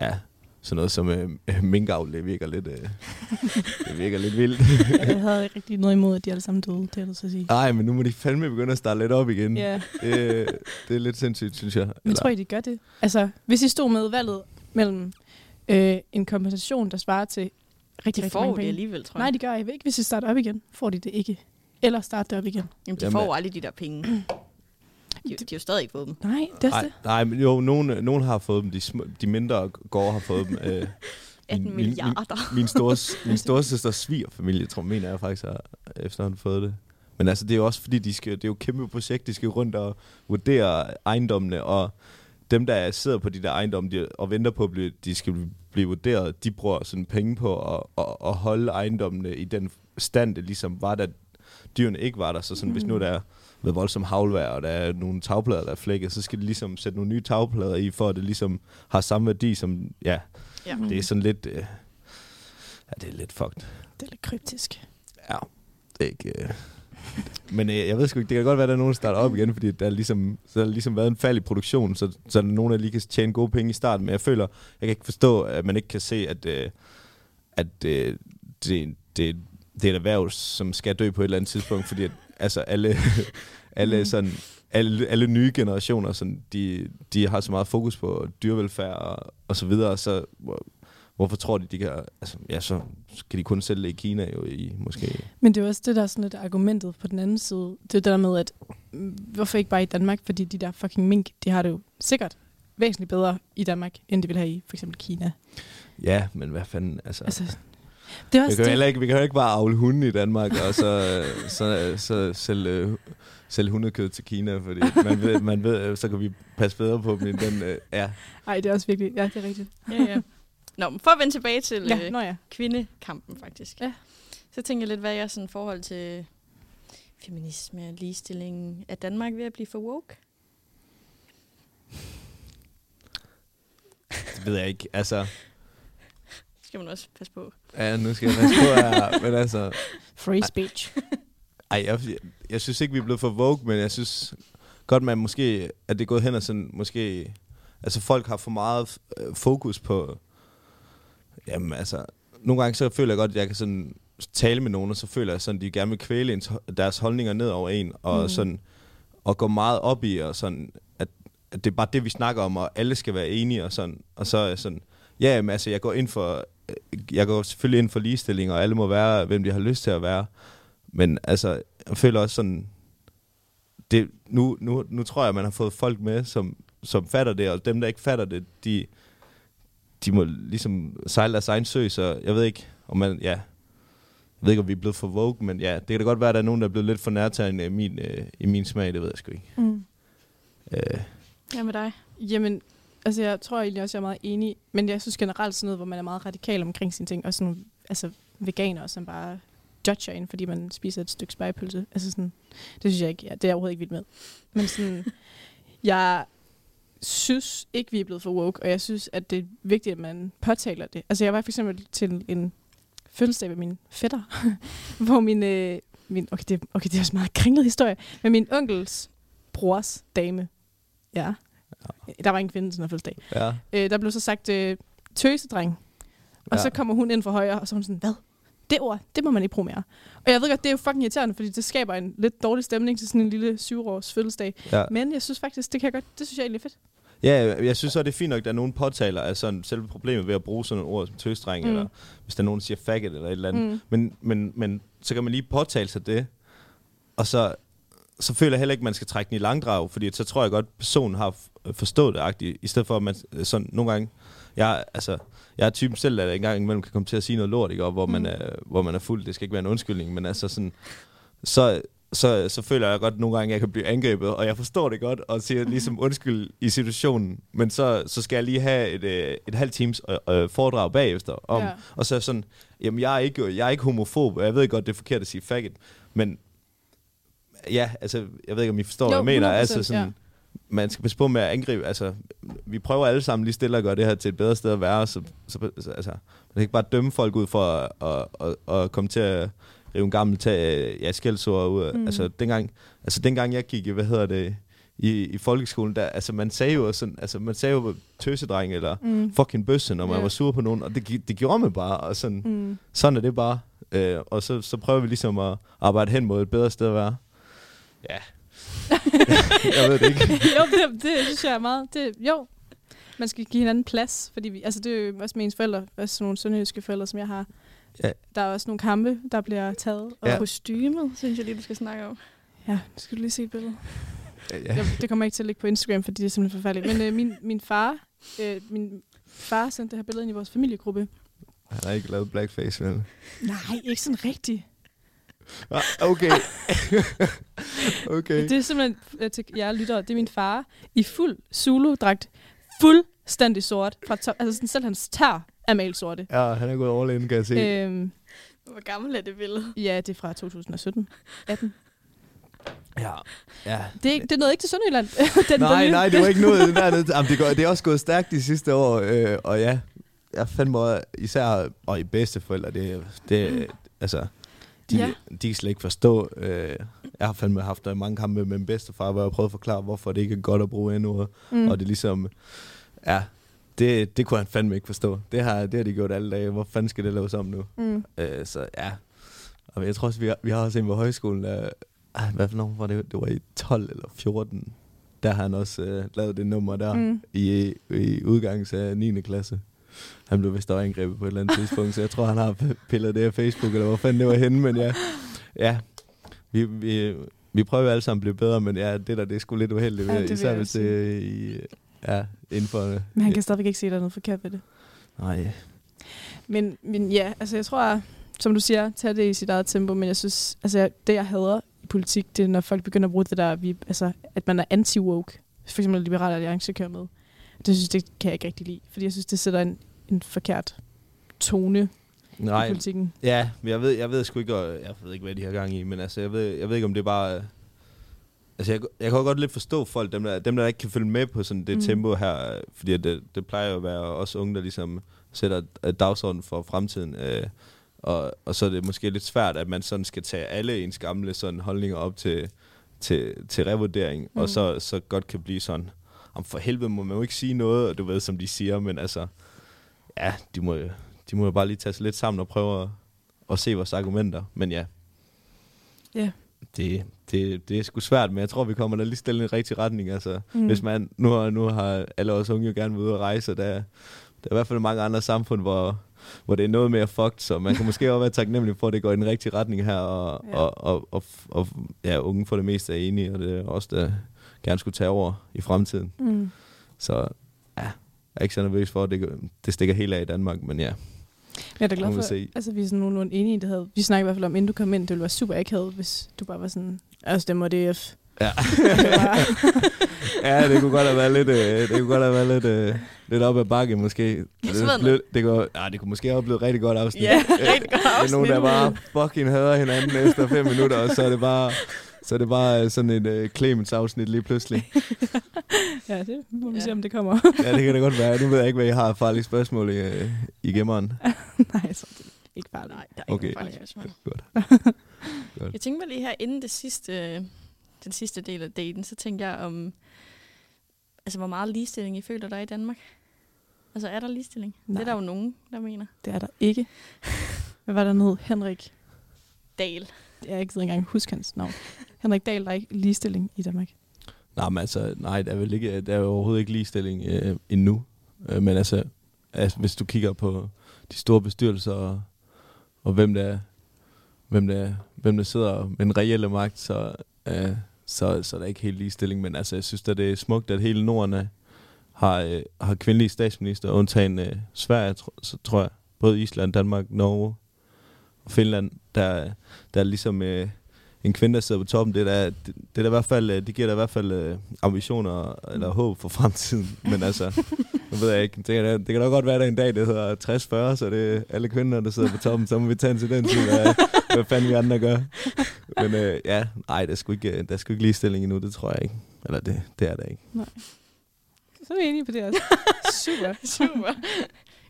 Speaker 6: ja, sådan noget som øh, minkavl, det virker lidt, øh, det virker lidt vildt.
Speaker 5: Jeg havde ikke rigtig noget imod, at de alle sammen døde, det er jeg nødt til at sige.
Speaker 6: Nej, men nu må de fandme begynde at starte lidt op igen.
Speaker 5: Ja.
Speaker 6: Det, øh, det er lidt sindssygt, synes jeg.
Speaker 5: Men tror I, de gør det? Altså, hvis I stod med valget mellem øh, en kompensation, der svarer til rigtig,
Speaker 3: De
Speaker 5: rigtig
Speaker 3: får
Speaker 5: mange
Speaker 3: jo det
Speaker 5: penge.
Speaker 3: alligevel, tror jeg.
Speaker 5: Nej, de gør ikke. Hvis I starter op igen, får de det ikke. Eller starter det op igen.
Speaker 3: Jamen, de
Speaker 6: Jamen,
Speaker 3: får
Speaker 6: øh,
Speaker 3: jo aldrig de der penge. De, de er jo stadig ikke på dem.
Speaker 5: Nej, det er også
Speaker 6: nej,
Speaker 5: det.
Speaker 6: nej, men jo, nogen, nogen har fået dem. De, sm- de mindre gårde har fået dem. Øh,
Speaker 3: 18
Speaker 6: min-
Speaker 3: milliarder.
Speaker 6: Min, min, store, min storesøsters svigerfamilie, tror jeg, mener jeg faktisk har efterhånden fået det. Men altså, det er jo også fordi, de skal, det er jo et kæmpe projekt, de skal rundt og vurdere ejendommene, og dem, der sidder på de der ejendomme de, og venter på, at blive, de skal blive vurderet, de bruger sådan penge på at, at, at holde ejendommene i den stand, det ligesom var, da dyrene ikke var der. Så sådan, mm. hvis nu der er ved voldsom havlvejr, og der er nogle tagplader, der er flækket, så skal de ligesom sætte nogle nye tagplader i, for at det ligesom har samme værdi som, ja,
Speaker 3: Ja.
Speaker 6: det er
Speaker 5: Mm.
Speaker 6: sådan lidt... Øh, ja, det er lidt fucked.
Speaker 5: Det er lidt kryptisk.
Speaker 6: Ja, det er ikke... Øh. Men øh, jeg ved sgu ikke, det kan godt være, at der er nogen, der starter op igen, fordi der er ligesom, så har der ligesom været en fald i produktionen, så, så er der nogen, der lige kan tjene gode penge i starten. Men jeg føler, jeg kan ikke forstå, at man ikke kan se, at, øh, at øh, det, det, det er et erhverv, som skal dø på et eller andet tidspunkt, fordi at, altså alle, alle, sådan, alle, alle nye generationer, sådan, de, de har så meget fokus på dyrevelfærd og, og så videre, så hvor- hvorfor tror de, de kan... Altså, ja, så skal de kun sælge det i Kina jo i måske...
Speaker 5: Men det er jo også det, der er sådan lidt argumentet på den anden side. Det er det der med, at mm, hvorfor ikke bare i Danmark? Fordi de der fucking mink, de har det jo sikkert væsentligt bedre i Danmark, end de vil have i for eksempel Kina.
Speaker 6: Ja, men hvad fanden, altså... altså
Speaker 5: Altså, det er
Speaker 6: vi
Speaker 5: også
Speaker 6: kan jo
Speaker 5: det.
Speaker 6: heller ikke, vi kan jo ikke bare avle hunde i Danmark, og så, øh, så, så sælge, øh, sælge hundekød til Kina, fordi man ved, man ved, øh, så kan vi passe bedre på dem end den... øh, Ja,
Speaker 5: Ej, det er også virkelig, ja, det er rigtigt.
Speaker 3: Ja, ja. Nå, men for at vende tilbage til
Speaker 5: Ja,
Speaker 3: øh,
Speaker 5: nå ja.
Speaker 3: kvindekampen, faktisk.
Speaker 5: Ja.
Speaker 3: Så tænker jeg lidt, hvad er jeres sådan forhold til feminisme og ligestilling? Er Danmark ved at blive for woke?
Speaker 6: det ved jeg ikke, altså...
Speaker 4: skal man også passe på.
Speaker 6: Ja, nu skal jeg passe på her. men altså,
Speaker 5: Free speech.
Speaker 6: Ej, jeg, jeg, jeg synes ikke, vi er blevet for vogue, men jeg synes godt, man måske, at det er gået hen og sådan, måske... Altså, folk har for meget øh, fokus på... Jamen, altså... Nogle gange så føler jeg godt, at jeg kan sådan tale med nogen, og så føler jeg sådan, at de gerne vil kvæle ens, deres holdninger ned over en, og
Speaker 5: Mm.
Speaker 6: mm. sådan og gå meget op i, og sådan, at, at det er bare det, vi snakker om, og alle skal være enige, og sådan, og så er jeg sådan, ja, jamen, altså, jeg går ind for, øh, jeg går selvfølgelig ind for ligestilling, og alle må være, hvem de har lyst til at være, men altså, jeg føler også sådan, det, nu, nu, nu tror jeg, man har fået folk med, som, som fatter det, og dem, der ikke fatter det, de, de må ligesom sejle deres egen sø, så jeg ved ikke, om man, ja, jeg ved ikke, om vi er blevet for vogue, men ja, det kan da godt være, at der er nogen, der er blevet lidt for nærtagende i min, øh, i min smag, det ved jeg sgu ikke.
Speaker 5: Mm.
Speaker 6: Øh,
Speaker 4: Ja, med dig.
Speaker 5: Jamen, altså jeg tror egentlig også, jeg er meget enig, men jeg synes generelt sådan noget, hvor man er meget radikal omkring sine ting, og sådan altså veganere, som bare judger en, fordi man spiser et stykke spejpølse. Altså sådan, det synes jeg ikke, ja, det er jeg overhovedet ikke vild med. Men sådan, jeg synes ikke, vi er blevet for woke, og jeg synes, at det er vigtigt, at man påtaler det. Altså jeg var for eksempel til en fødselsdag med min fætter, hvor min, øh, min okay, det, okay, det er også en meget kringlet historie, men min onkels brors dame, ja, der var en kvinde til den her fødselsdag.
Speaker 6: ja,
Speaker 5: Øh, der blev så sagt øh, tøsedreng. Og
Speaker 6: Ja.
Speaker 5: så kommer hun ind fra højre, og så er hun sådan, hvad? Det ord, det må man ikke bruge mere. Og jeg ved godt, det er jo fucking irriterende, fordi det skaber en lidt dårlig stemning til sådan en lille syvårs fødselsdag.
Speaker 6: ja.
Speaker 5: Men jeg synes faktisk, det kan jeg godt, det synes jeg egentlig er fedt.
Speaker 6: Ja, jeg- jeg synes så, det er fint nok, at der er nogen påtaler af sådan selve problemet ved at bruge sådan nogle ord som tøsdreng,
Speaker 5: Mm.
Speaker 6: mm. eller hvis der er nogen, der siger faggot eller et eller andet. Mm.
Speaker 5: Mm.
Speaker 6: Men, men, men så kan man lige påtale sig det, og så, så føler jeg heller ikke, at man skal trække den i langdrag, fordi så tror jeg godt, at personen har f- forstået det, agtigt, i stedet for at man øh, sådan nogle gange... Jeg, er- altså, jeg er typen selv, at jeg engang imellem kan komme til at sige noget lort, ikke? Og hvor, mm. man er, hvor man er fuld. Det skal ikke være en undskyldning, men altså sådan... Så, så, så føler jeg godt nogle gange, at jeg kan blive angrebet, og jeg forstår det godt, og siger ligesom undskyld i situationen, men så, så skal jeg lige have et, øh, et halvt times øh, øh, foredrag bagefter om,
Speaker 5: Ja.
Speaker 6: ja. og så er jeg sådan, jamen jeg er ikke, jeg er ikke homofob, og jeg ved godt, det er forkert at sige faggot, men ja, altså, jeg ved ikke, om I forstår,
Speaker 5: Jo,
Speaker 6: hvad jeg mener,
Speaker 5: 100%,
Speaker 6: altså sådan,
Speaker 5: ja.
Speaker 6: man skal passe på med at angribe, altså, vi prøver alle sammen lige stille at gøre det her til et bedre sted at være, så, så så- altså, man kan ikke bare dømme folk ud for at, at, at, at komme til at rive en gammel tag, ja, skældsord ud.
Speaker 5: Mm.
Speaker 6: Mm. Altså, dengang, altså, dengang jeg gik, i, hvad hedder det, i, i folkeskolen, der, altså, man sagde jo sådan, altså, man sagde jo tøsedreng, eller
Speaker 5: Mm.
Speaker 6: fucking bøsse, når man
Speaker 5: Ja.
Speaker 6: yeah. var sur på nogen, og det, gi- det gjorde man bare, og sådan, mm.
Speaker 5: Mm.
Speaker 6: sådan er det bare. Øh, og så, så prøver vi ligesom at arbejde hen mod et bedre sted at være. Ja. jeg ved det ikke.
Speaker 5: jo, det, det synes jeg er meget. Det, jo, man skal give hinanden plads, fordi vi, altså det er jo også med ens forældre, også nogle sønderjyske forældre, som jeg har.
Speaker 6: Ja.
Speaker 5: Der er også nogle kampe, der bliver taget. Og,
Speaker 6: Ja.
Speaker 5: ja.
Speaker 4: Kostymet, synes jeg lige, du skal snakke om.
Speaker 5: ja, nu skal du lige se et billede.
Speaker 6: Ja.
Speaker 5: Jeg, det kommer jeg ikke til at lægge på Instagram, fordi det er simpelthen forfærdeligt. Men øh, min, min, far, øh, min far sendte det her billede ind i vores familiegruppe.
Speaker 6: Han har ikke lavet blackface, vel?
Speaker 5: Nej, ikke sådan rigtigt.
Speaker 6: Ah, okay. okay.
Speaker 5: Det er simpelthen, øh, til jer lyttere, det er min far i fuld Zulu-dragt. Fuldstændig sort. Fra top, altså sådan, selv hans tær er malet sorte.
Speaker 6: Ja, han er gået all in, kan jeg se. Øh.
Speaker 5: Øhm,
Speaker 4: Hvor gammel er det billede?
Speaker 5: ja, det er fra 2017. 18.
Speaker 6: Ja. ja.
Speaker 5: Det er, ikke, det er noget ikke til Sønderjylland. den
Speaker 6: Nej,
Speaker 5: bølge.
Speaker 6: nej, det var ikke noget dernede. Jamen, det, går, det er også gået stærkt de sidste år, øh, og ja, jeg fandt mig især, og i bedste forældre, det, det altså, de,
Speaker 5: Ja.
Speaker 6: ja. de kan slet ikke forstå. Øh, jeg har fandme haft øh, mange kampe med min bedstefar, hvor jeg prøvede at forklare, hvorfor det ikke er godt at bruge endnu, mm. og det er ligesom, ja, det, det kunne han fandme ikke forstå. Det har, det har de gjort alle dage. Hvor fanden skal det laves om nu?
Speaker 5: Mm.
Speaker 6: Øh, så ja. Og jeg tror også, vi har, vi har også en på højskolen, der, ah, hvad for nogen var det? Det var i 12 eller 14. Der har han også øh, lavet det nummer der
Speaker 5: Mm.
Speaker 6: mm. i, i udgangen af 9. klasse. Han blev vist også angrebet på et eller andet tidspunkt, så jeg tror, han har p- pillet det af Facebook, eller hvor fanden det var henne, men ja. Ja, vi, vi, vi prøver jo alle sammen at blive bedre, men ja, det der, det er sgu lidt uheldigt,
Speaker 5: Ja, det
Speaker 6: ja,
Speaker 5: vil
Speaker 6: især
Speaker 5: jeg
Speaker 6: hvis
Speaker 5: også
Speaker 6: det er i, ja, inden for...
Speaker 5: Men han kan stadigvæk ikke se, at der er noget forkert ved det.
Speaker 6: Nej,
Speaker 5: Men, men ja, altså jeg tror, som du siger, tag det i sit eget tempo, men jeg synes, altså jeg, det jeg hader i politik, det er, når folk begynder at bruge det der, vi, altså, at man er anti-woke. For eksempel Liberal Alliance kører med. Det synes det kan jeg ikke rigtig lide, fordi jeg synes, det sætter en, en forkert tone Nej. i
Speaker 6: nej,
Speaker 5: politikken.
Speaker 6: Ja, men jeg ved, jeg ved sgu ikke, og jeg ved ikke, hvad de har gang i, men altså, jeg ved, jeg ved ikke, om det er bare... øh, Altså, jeg, jeg kan jo godt lidt forstå folk, dem der, dem der ikke kan følge med på sådan det
Speaker 5: Mm.
Speaker 6: mm. tempo her, øh, fordi at det, det plejer jo at være os unge, der ligesom sætter øh, dagsordenen for fremtiden. Øh, og, og så er det måske lidt svært, at man sådan skal tage alle ens gamle sådan holdninger op til, til, til revurdering, mm. og så, så godt kan blive sådan, om for helvede må man jo ikke sige noget, og du ved, som de siger, men altså, ja, de må, jo- de må jo bare lige tage sig lidt sammen og prøve at, at se vores argumenter, men ja.
Speaker 5: Ja.
Speaker 6: Det, det, det er sgu svært, men jeg tror, vi kommer da lige stille i den rigtige retning. Altså,
Speaker 5: Mm.
Speaker 6: mm. Hvis man, nu, nu har alle os unge jo gerne været ude at rejse, og der, der er i hvert fald mange andre samfund, hvor, hvor det er noget mere fucked, så man kan måske også være taknemmelig for, at det går i den rigtige retning her, og,
Speaker 5: Ja.
Speaker 6: ja. og, og, og, og ja, unge for det meste er enige, og det er også der gerne skulle tage over i fremtiden.
Speaker 5: Mm.
Speaker 6: Så ja, jeg er ikke så nervøs for, at det, går- det stikker helt af i Danmark, men ja.
Speaker 5: Jeg er da glad
Speaker 6: Nu må vi
Speaker 5: for,
Speaker 6: se.
Speaker 5: altså vi er sådan nogenlunde enige i det havde. Vi snakkede i hvert fald om, inden du kom ind, det ville være super akavet, hvis du bare var sådan, "Altså, jeg stemmer DF.
Speaker 6: Ja. ja, det kunne godt have været lidt, øh, det kunne godt have været lidt, øh, lidt op ad bakke, måske. Det,
Speaker 3: Svend.
Speaker 6: blev, det, kunne, ah, det kunne måske have blevet et rigtig godt afsnit.
Speaker 3: Ja,
Speaker 6: Øh,
Speaker 3: rigtig godt
Speaker 6: Det er nogen, der
Speaker 3: afsnit.
Speaker 6: bare fucking hader hinanden efter fem minutter, og så er det bare, så er det bare øh, sådan et øh, Clemens-afsnit lige pludselig.
Speaker 5: ja, det må vi ja.
Speaker 3: Ja.
Speaker 5: se, om det kommer.
Speaker 6: Ja, det kan da godt være. Nu ved jeg ikke, hvad I har af farlige spørgsmål i, øh, i gemmeren.
Speaker 5: Nej, så er det ikke bare
Speaker 3: Nej, der er
Speaker 6: Okay.
Speaker 3: ikke nogen farlige spørgsmål.
Speaker 6: Godt.
Speaker 3: Jeg tænkte mig lige her, inden det sidste, den sidste del af daten, så tænkte jeg om, altså hvor meget ligestilling I føler, der er i Danmark. Altså er der ligestilling? Nej. Det
Speaker 5: Nej.
Speaker 3: er der jo nogen, der mener.
Speaker 5: Det er der ikke. Hvad var der ned? Henrik.
Speaker 3: Dal.
Speaker 5: Jeg ikke engang huske hans navn. Henrik Dahl, der er ikke ligestilling i Danmark.
Speaker 6: Nej, men altså, nej, der er, vel ikke, der er jo overhovedet ikke ligestilling øh, endnu. Øh, men altså, altså, hvis du kigger på de store bestyrelser, og, og hvem, der, hvem, der, hvem der sidder med den reelle magt, så, øh, så, så er der ikke helt ligestilling. Men altså, jeg synes da, det er smukt, at hele Norden er- har, øh, har kvindelige statsminister, undtagen øh, Sverige, tr- så tror jeg. Både Island, Danmark, Norge og Finland, der, der er ligesom... Øh, en kvinde, der sidder på toppen, det er da, det, det er da i hvert fald, øh, det giver da i hvert fald øh, ambitioner øh, eller håb for fremtiden. Men altså, nu ved jeg ikke, det kan, da, det kan da godt være, at der en dag, det hedder 60-40, så det er alle kvinder, der sidder på toppen, så må vi tage en tendens til, hvad, hvad fanden vi andre gør. Men øh, ja, nej, der er sgu ikke, øh, der er sgu ikke ligestilling endnu, det tror jeg ikke. Eller det, det er der ikke.
Speaker 5: Så er vi enige på det også. Super.
Speaker 3: Super.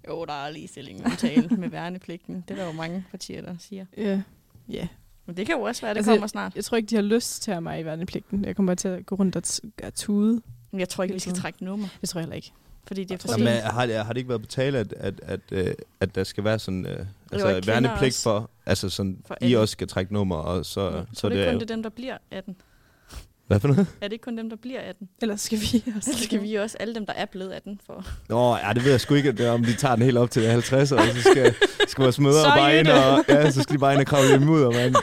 Speaker 3: jo, der er ligestilling med tale med værnepligten. Det er der jo mange partier, der siger.
Speaker 5: Ja. ja.
Speaker 3: Men det kan jo også være, at det
Speaker 5: Altså,
Speaker 3: altså, kommer snart.
Speaker 5: Jeg tror ikke, de har lyst til at have mig i værnepligten. Jeg kommer bare til at gå rundt og t- og tude.
Speaker 3: Men jeg tror ikke, vi skal
Speaker 5: Helt
Speaker 3: trække nummer,
Speaker 5: Det tror jeg heller ikke.
Speaker 3: fordi det er for
Speaker 6: Jamen,
Speaker 3: sent.
Speaker 6: er- har, det- har det ikke været på tale, at, at, at, øh, at der skal være sådan, øh, altså
Speaker 3: kvinder
Speaker 6: værnepligt
Speaker 3: også.
Speaker 6: for, altså sådan,
Speaker 3: For
Speaker 6: I
Speaker 3: alle.
Speaker 6: også skal trække nummer, og så,
Speaker 3: Jeg
Speaker 6: så
Speaker 3: tror det
Speaker 6: det
Speaker 3: ikke kun,
Speaker 6: er,
Speaker 3: det er dem, der bliver 18.
Speaker 6: hvad for noget?
Speaker 3: Er det ikke kun dem, der bliver 18?
Speaker 5: Ellers skal vi også.
Speaker 3: Så skal vi også alle dem, der er blevet 18 for.
Speaker 6: Nå, ja, det ved jeg sgu ikke, det er, om de tager den helt op til 50 år, så skal, skal vores mødre
Speaker 3: Så er I
Speaker 6: bare ind
Speaker 3: det.
Speaker 6: og, ja, så skal de bare ind og kravle dem ud, og man,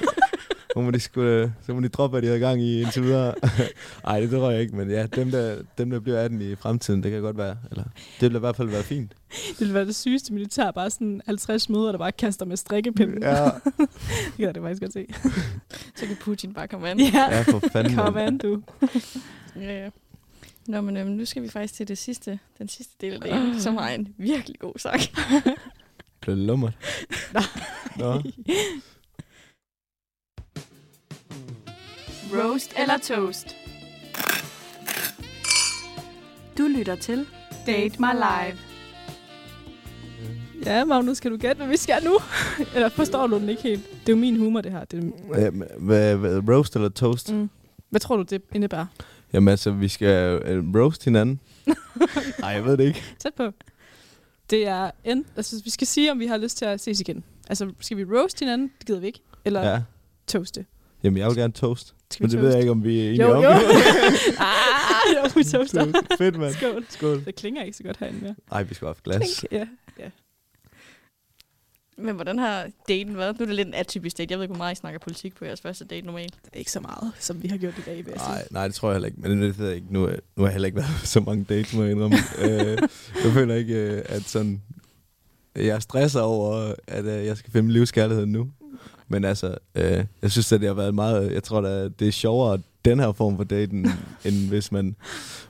Speaker 6: så må de, sgu, øh, så må de droppe, hvad de havde gang i indtil videre. Ej, det tror jeg ikke, men ja, dem der, dem, der bliver 18 i fremtiden, det kan godt være, eller det vil i hvert fald være fint.
Speaker 5: Det ville være det sygeste militær. Bare sådan 50 møder, der bare kaster med strikkepinden.
Speaker 6: Ja,
Speaker 5: Det kan jeg da faktisk godt se.
Speaker 3: Så kan Putin bare komme an.
Speaker 6: ja for fanden.
Speaker 5: Kom
Speaker 6: mand.
Speaker 5: an, du.
Speaker 3: Ja, ja. Nå, men øhm, nu skal vi faktisk til det sidste, den sidste del af
Speaker 6: Ah.
Speaker 3: dagen, som har en virkelig god sang.
Speaker 6: Blev det lummert? Nå.
Speaker 7: Roast eller toast? Du lytter til Date My Live.
Speaker 5: Ja, Magnus, kan du gætte, hvad vi skal nu? Eller forstår du den ikke helt? Det er jo min humor, det her. Det er...
Speaker 6: Øhm, hvad- hvad- Roast eller toast?
Speaker 5: mm. Hvad tror du, det indebærer?
Speaker 6: Jamen altså, vi skal øh, roast hinanden. Nej, jeg ved det ikke.
Speaker 5: Tæt på. Det er en, altså, vi skal sige, om vi har lyst til at ses igen. Altså, skal vi roast hinanden? Det gider vi ikke. Eller ja.
Speaker 6: Ja.
Speaker 5: toaste.
Speaker 6: Jamen, jeg vil gerne toast.
Speaker 5: Skal vi
Speaker 6: Men det ved jeg ikke, om vi er enige
Speaker 5: jo,
Speaker 6: om.
Speaker 5: jo. ah, jo, vi toaster.
Speaker 6: Fedt, mand.
Speaker 5: Skål.
Speaker 6: Skål. Altså-
Speaker 5: Det klinger ikke så godt herinde mere.
Speaker 6: Ej, vi skal have haft glas.
Speaker 5: Ja.
Speaker 3: Men hvordan har daten været? Nu er det lidt en atypisk date. Jeg ved ikke, hvor meget I snakker politik på jeres første date normalt.
Speaker 5: Det er ikke så meget, som vi har gjort i dag, vil jeg
Speaker 6: Nej,
Speaker 5: sige.
Speaker 6: nej, det tror jeg heller ikke. Men det ved jeg ikke. Nu, øh, nu har jeg heller ikke været på så mange dates, må jeg indrømme. øh, jeg føler ikke, øh, at sådan... Jeg stresser over, at øh, jeg skal finde livskærligheden nu. Men altså, øh, jeg synes, at det har været meget... øh, Jeg tror da, det er sjovere, den her form for daten, end hvis man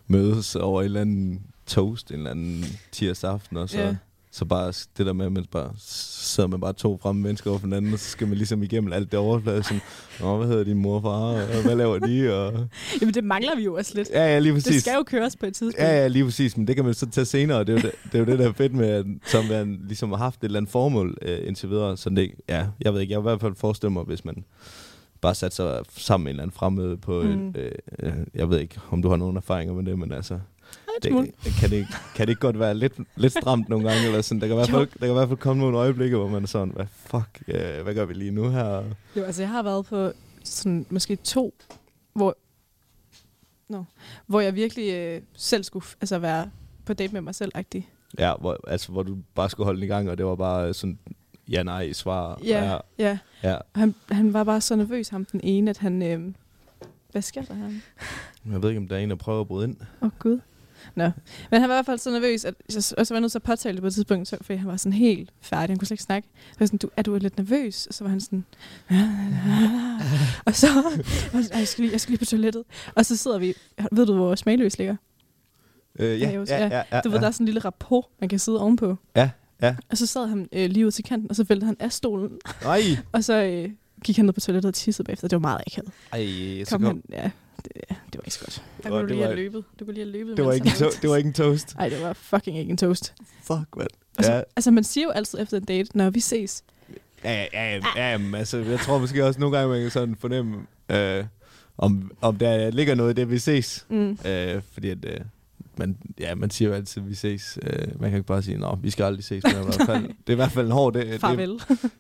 Speaker 6: mødes over en eller anden toast en eller anden tirsdag aften, og så
Speaker 5: Ja.
Speaker 6: ja. Så bare det der med, at man bare sidder man bare to fremme mennesker over for hinanden, og så skal man ligesom igennem alt det overflade, sådan, Nå, hvad hedder din mor og far, og hvad laver de? Og...
Speaker 5: Jamen, det mangler vi jo også lidt.
Speaker 6: Ja, ja, lige præcis.
Speaker 5: Det skal jo køres på et tidspunkt.
Speaker 6: Ja, ja, lige præcis, men det kan man så tage senere, og det er jo det, det, er jo det der er fedt med, at, som man ligesom har haft et eller andet formål øh, indtil videre. Så det, ja, jeg ved ikke, jeg vil i hvert fald forestille mig, hvis man bare satte sig sammen med en eller anden fremmed på, mm. et, øh, øh, jeg ved ikke, om du har nogen erfaringer med det, men altså, det,
Speaker 5: smule.
Speaker 6: kan, det, ikke- kan det ikke godt være lidt, lidt stramt nogle gange, eller sådan, der kan, i hvert fald, der kan i hvert fald komme nogle øjeblikke, hvor man er sådan, hvad fuck, øh, hvad gør vi lige nu her?
Speaker 5: Jo, altså jeg har været på sådan måske to, hvor, no, hvor jeg virkelig øh, selv skulle f- altså være på date med mig selv -agtig.
Speaker 6: Ja, hvor, altså, hvor du bare skulle holde den i gang, og det var bare øh, sådan, ja, nej, svar.
Speaker 5: Ja, ja.
Speaker 6: ja.
Speaker 5: Og Han, han var bare så nervøs, ham den ene, at han... Øh, hvad sker der her?
Speaker 6: Jeg ved ikke, om der er en, der prøver at bryde ind.
Speaker 5: Åh, oh, Gud. Nå. Men han var i hvert fald så nervøs, at jeg s- også var jeg nødt til at påtale det på et tidspunkt, så, fordi han var sådan helt færdig. Han kunne slet ikke snakke. Så var jeg sådan, du, er du lidt nervøs? Og så var han sådan... "Ah." Og så... Og så jeg, skal lige, jeg skal lige på toilettet. Og så sidder vi... Ved du, hvor smagløs ligger?
Speaker 6: Øh, ja,
Speaker 5: Ja, jo,
Speaker 6: ja,
Speaker 5: ja.
Speaker 6: ja, ja,
Speaker 5: Du ved, der er sådan en lille rapport, man kan sidde ovenpå.
Speaker 6: Ja, ja.
Speaker 5: Og så sad han øh, lige ud til kanten, og så væltede han af stolen,
Speaker 6: Nej!
Speaker 5: og så øh, gik han ned på toilettet og tissede bagefter. Det var meget akavet.
Speaker 6: Ej, så
Speaker 5: Kom,
Speaker 6: kom,
Speaker 5: kom han, ja, det, ja, det var ikke så godt.
Speaker 3: Der
Speaker 6: Åh,
Speaker 3: kunne du
Speaker 6: det
Speaker 3: lige
Speaker 6: var-
Speaker 3: have løbet. Du kunne lige have løbet.
Speaker 6: det, var
Speaker 3: mens
Speaker 6: ikke en
Speaker 3: han
Speaker 6: to- det var ikke en toast.
Speaker 5: Nej, det var fucking ikke en toast.
Speaker 6: Fuck, mand.
Speaker 5: Og så,
Speaker 6: Ja,
Speaker 5: ja. Altså, man siger jo altid efter en date, når vi ses.
Speaker 6: ja, ja, ja, ja, men altså, jeg tror måske også nogle gange, man kan sådan fornemme, øh, om, om der ligger noget i det, vi ses.
Speaker 5: Mm.
Speaker 6: Øh, fordi at, øh, man, ja, man siger jo altid, vi ses. Øh, man kan ikke bare sige, nå, vi skal aldrig ses. Men i hvert fald, det er i hvert fald en hård, det, det, det,
Speaker 5: Farvel.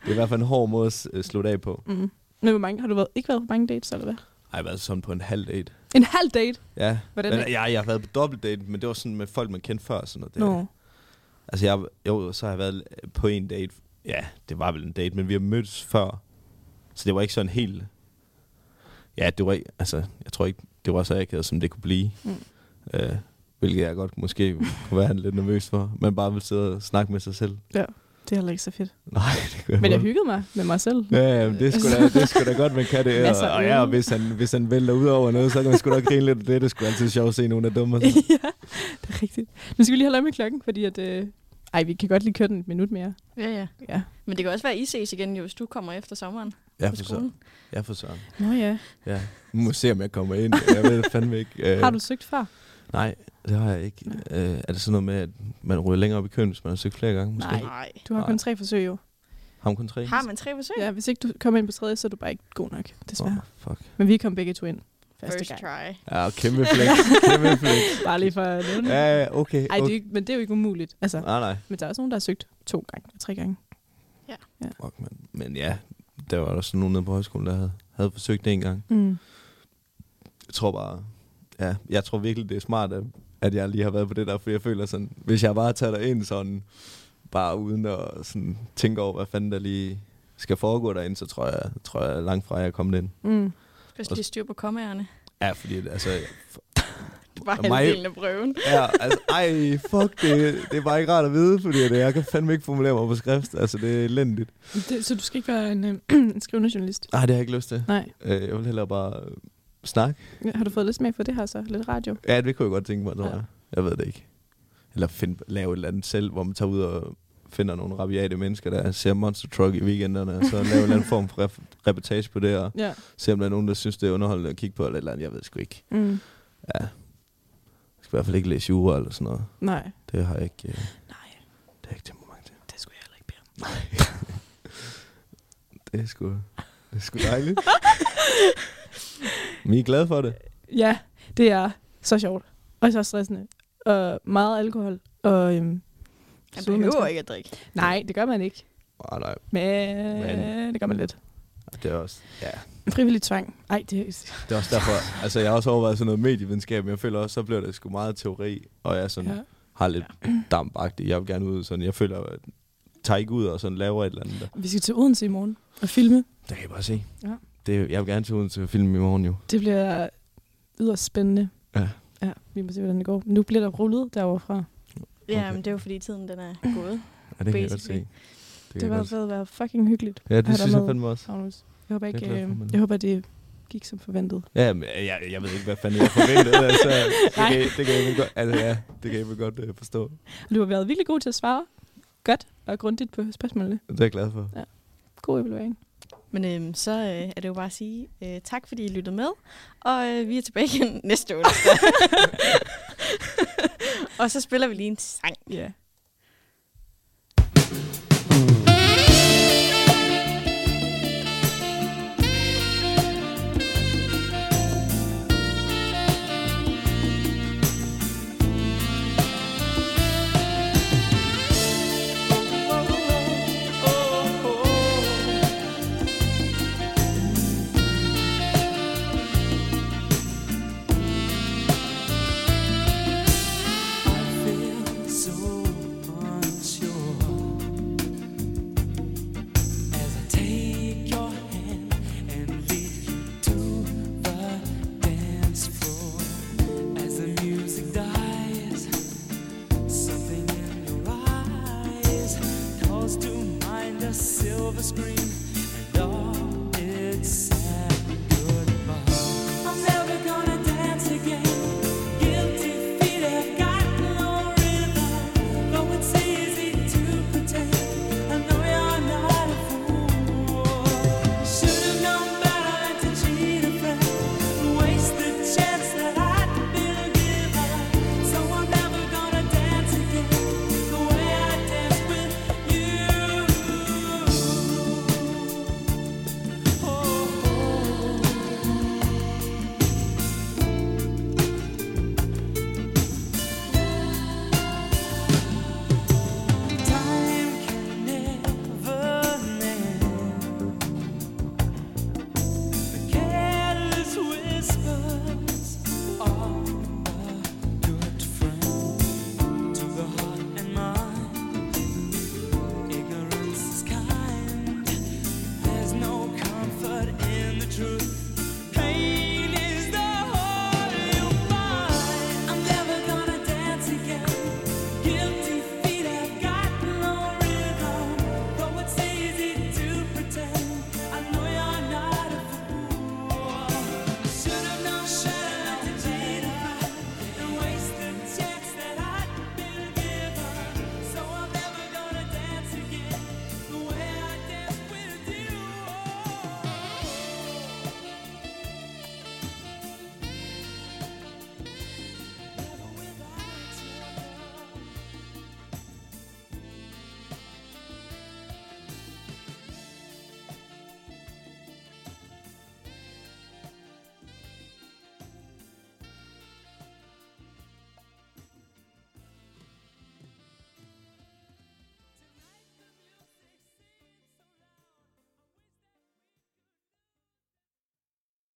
Speaker 6: er i hvert fald en hård måde at øh, slutte af på.
Speaker 5: Mm. Men hvor mange, har du været, ikke været på mange dates, eller hvad?
Speaker 6: Ej, hvad sådan på en halv date?
Speaker 5: En halv date?
Speaker 6: Ja,
Speaker 5: Hvordan
Speaker 6: men,
Speaker 5: er-
Speaker 6: jeg, jeg har været på dobbelt date, men det var sådan med folk, man kendte før. og Sådan noget. Det,
Speaker 5: Nå.
Speaker 6: Altså, jeg, jo, så har jeg været øh, på en date. Ja, det var vel en date, men vi har mødtes før. Så det var ikke sådan helt... Ja, det var ikke... Altså, jeg tror ikke, det var så akavet, som det kunne blive.
Speaker 5: Mm.
Speaker 6: Mm. Øh, hvilket jeg godt måske kunne være lidt nervøs for. Man bare vil sidde og snakke med sig selv.
Speaker 5: Det er heller ikke så fedt.
Speaker 6: Nej, det kunne
Speaker 5: Men jeg
Speaker 6: godt.
Speaker 5: hyggede mig med mig selv.
Speaker 6: Ja, ja, men det er sgu da, det er sgu da godt, man kan det.
Speaker 5: Masser
Speaker 6: Og,
Speaker 5: af
Speaker 6: og, ja,
Speaker 5: øl.
Speaker 6: og hvis han, hvis han vælter ud over noget, så kan man sgu da grine lidt af det. Det er sgu altid sjovt at se nogen, der dummer sig.
Speaker 5: ja, det er rigtigt. Nu skal vi lige holde øje med klokken, fordi at... Øh, ej, vi kan godt lige køre den et minut mere.
Speaker 3: Ja, ja.
Speaker 5: Ja.
Speaker 3: Men det kan også være, at I ses igen, jo, hvis du kommer efter sommeren
Speaker 6: Ja,
Speaker 3: på
Speaker 6: for søren.
Speaker 3: skolen.
Speaker 6: Ja, for søren.
Speaker 5: Nå ja.
Speaker 6: Ja. Nu må jeg se, om jeg kommer ind. Jeg ved det fandme ikke. Øh,
Speaker 5: Har du søgt før?
Speaker 6: Nej, det har jeg ikke. Øh, er det sådan noget med, at man ryger længere op i køen, hvis man har søgt flere gange? Måske?
Speaker 5: Nej.
Speaker 3: Nej.
Speaker 5: Du har
Speaker 6: Nej.
Speaker 5: kun tre forsøg jo.
Speaker 6: Har hun kun tre?
Speaker 3: Har man tre besøg?
Speaker 5: Ja, hvis ikke du kommer ind på tredje, så er du bare ikke god nok, desværre.
Speaker 6: Oh, fuck.
Speaker 5: Men vi kom begge to ind første
Speaker 3: First
Speaker 5: gang.
Speaker 3: try.
Speaker 6: Ja, og kæmpe flæk. kæmpe flæk.
Speaker 5: Bare lige for at nævne det.
Speaker 6: Ja, ja, okay.
Speaker 5: Ej, det er
Speaker 6: okay.
Speaker 5: jo ikke, men det er jo ikke umuligt. Altså,
Speaker 6: Nej, Ah, nej.
Speaker 5: men der er også nogen, der har søgt to gange, tre gange.
Speaker 6: Fuck, man. Men ja, der var også nogen nede på højskolen, der havde, havde forsøgt det en gang.
Speaker 5: Mm.
Speaker 6: Jeg tror bare... Ja, jeg tror virkelig, det er smart, at, at jeg lige har været på det der, for jeg føler sådan... Hvis jeg bare tager dig ind sådan... Bare uden at sådan, tænke over, hvad fanden der lige skal foregå derinde, så tror jeg, tror jeg langt fra, at jeg er kommet ind.
Speaker 5: Mm.
Speaker 3: Du skal også lige styr på kommagerne.
Speaker 6: Ja, fordi altså,
Speaker 3: Det var
Speaker 6: Og mig-
Speaker 3: halvdelen af prøven.
Speaker 6: Ja, altså, ej, fuck, det, det er bare ikke rart at vide, fordi det, jeg kan fandme ikke formulere mig på skrift. Altså, det er elendigt.
Speaker 5: Det, så du skal ikke være en, øh, en skrivende journalist?
Speaker 6: Nej, det har jeg ikke lyst til.
Speaker 5: Nej.
Speaker 6: Øh, Jeg vil hellere bare øh, snakke.
Speaker 5: Ja, Har du fået lidt smag for det her så? Lidt radio?
Speaker 6: Ja, det kunne jeg godt tænke mig, tror
Speaker 5: Ja.
Speaker 6: jeg. Jeg ved det ikke. Eller find, lave et eller andet selv, hvor man tager ud og finder nogle rabiate mennesker, der ser Monster Truck i weekenderne, og så lave en eller anden form for ref- reportage på det, og
Speaker 5: Ja.
Speaker 6: se om der er nogen, der synes, det er underholdende at kigge på, eller et eller andet. Jeg ved sgu ikke.
Speaker 5: Mm.
Speaker 6: Ja. Jeg skal i hvert fald ikke læse jura eller sådan noget.
Speaker 5: Nej.
Speaker 6: Det har jeg ikke, øh,
Speaker 5: Nej,
Speaker 6: det har jeg ikke temperament til.
Speaker 5: det skulle jeg heller ikke bede om.
Speaker 6: Det er sgu, det er sgu dejligt. Vi er glade for det.
Speaker 5: Ja, det er så sjovt. Og så stressende. Og meget alkohol. Og, øhm,
Speaker 3: Man
Speaker 5: søde
Speaker 3: behøver
Speaker 5: mennesker.
Speaker 3: ikke at drikke.
Speaker 5: Nej, det gør man ikke.
Speaker 6: Ah, nej,
Speaker 5: Men,
Speaker 6: Men-
Speaker 5: det gør man lidt.
Speaker 6: det er også, ja.
Speaker 5: Frivillig tvang. Ej, det er...
Speaker 6: Det er også derfor, altså jeg har også overvejet sådan noget medievidenskab, men jeg føler også, så bliver det sgu meget teori, og jeg sådan, ja.
Speaker 5: Ja.
Speaker 6: har lidt dampagtigt. Jeg vil gerne ud, sådan, jeg føler, at tager ikke ud og sådan laver et eller andet der.
Speaker 5: Vi skal til Odense i morgen og filme.
Speaker 6: Det kan jeg bare se.
Speaker 5: Ja.
Speaker 6: Det, jeg vil gerne tage ud til film i morgen jo.
Speaker 5: Det bliver yderst spændende.
Speaker 6: Ja.
Speaker 5: Ja, vi må se, hvordan det går. Nu bliver der rullet derovre fra.
Speaker 3: Ja,
Speaker 6: Okay.
Speaker 3: men det er jo fordi tiden den er gået.
Speaker 6: Ja, det kan jeg godt se.
Speaker 3: Basically.
Speaker 5: Det var
Speaker 6: godt.
Speaker 5: ved at være fucking hyggeligt,
Speaker 6: Ja,
Speaker 5: er
Speaker 6: det synes
Speaker 5: der
Speaker 6: jeg
Speaker 5: med-
Speaker 6: fandme også.
Speaker 5: Magnus. Jeg håber,
Speaker 6: Det er
Speaker 5: ikke,
Speaker 6: jeg glad for,
Speaker 5: øh,
Speaker 6: men-
Speaker 5: jeg håber, det gik som forventet.
Speaker 6: Ja, men jeg, jeg ved ikke, hvad fanden jeg forventede. altså, det, kan, det, kan jeg vel godt, altså, ja, det kan jeg vel godt øh, forstå.
Speaker 5: Og Du har været virkelig god til at svare. godt og grundigt på spørgsmålene.
Speaker 6: Det er jeg glad for.
Speaker 5: God evaluering.
Speaker 3: Men øhm, så øh, er det jo bare at sige øh, tak, fordi I lyttede med, og øh, vi er tilbage igen næste onsdag. og så spiller vi lige en sang.
Speaker 5: Ja. Yeah.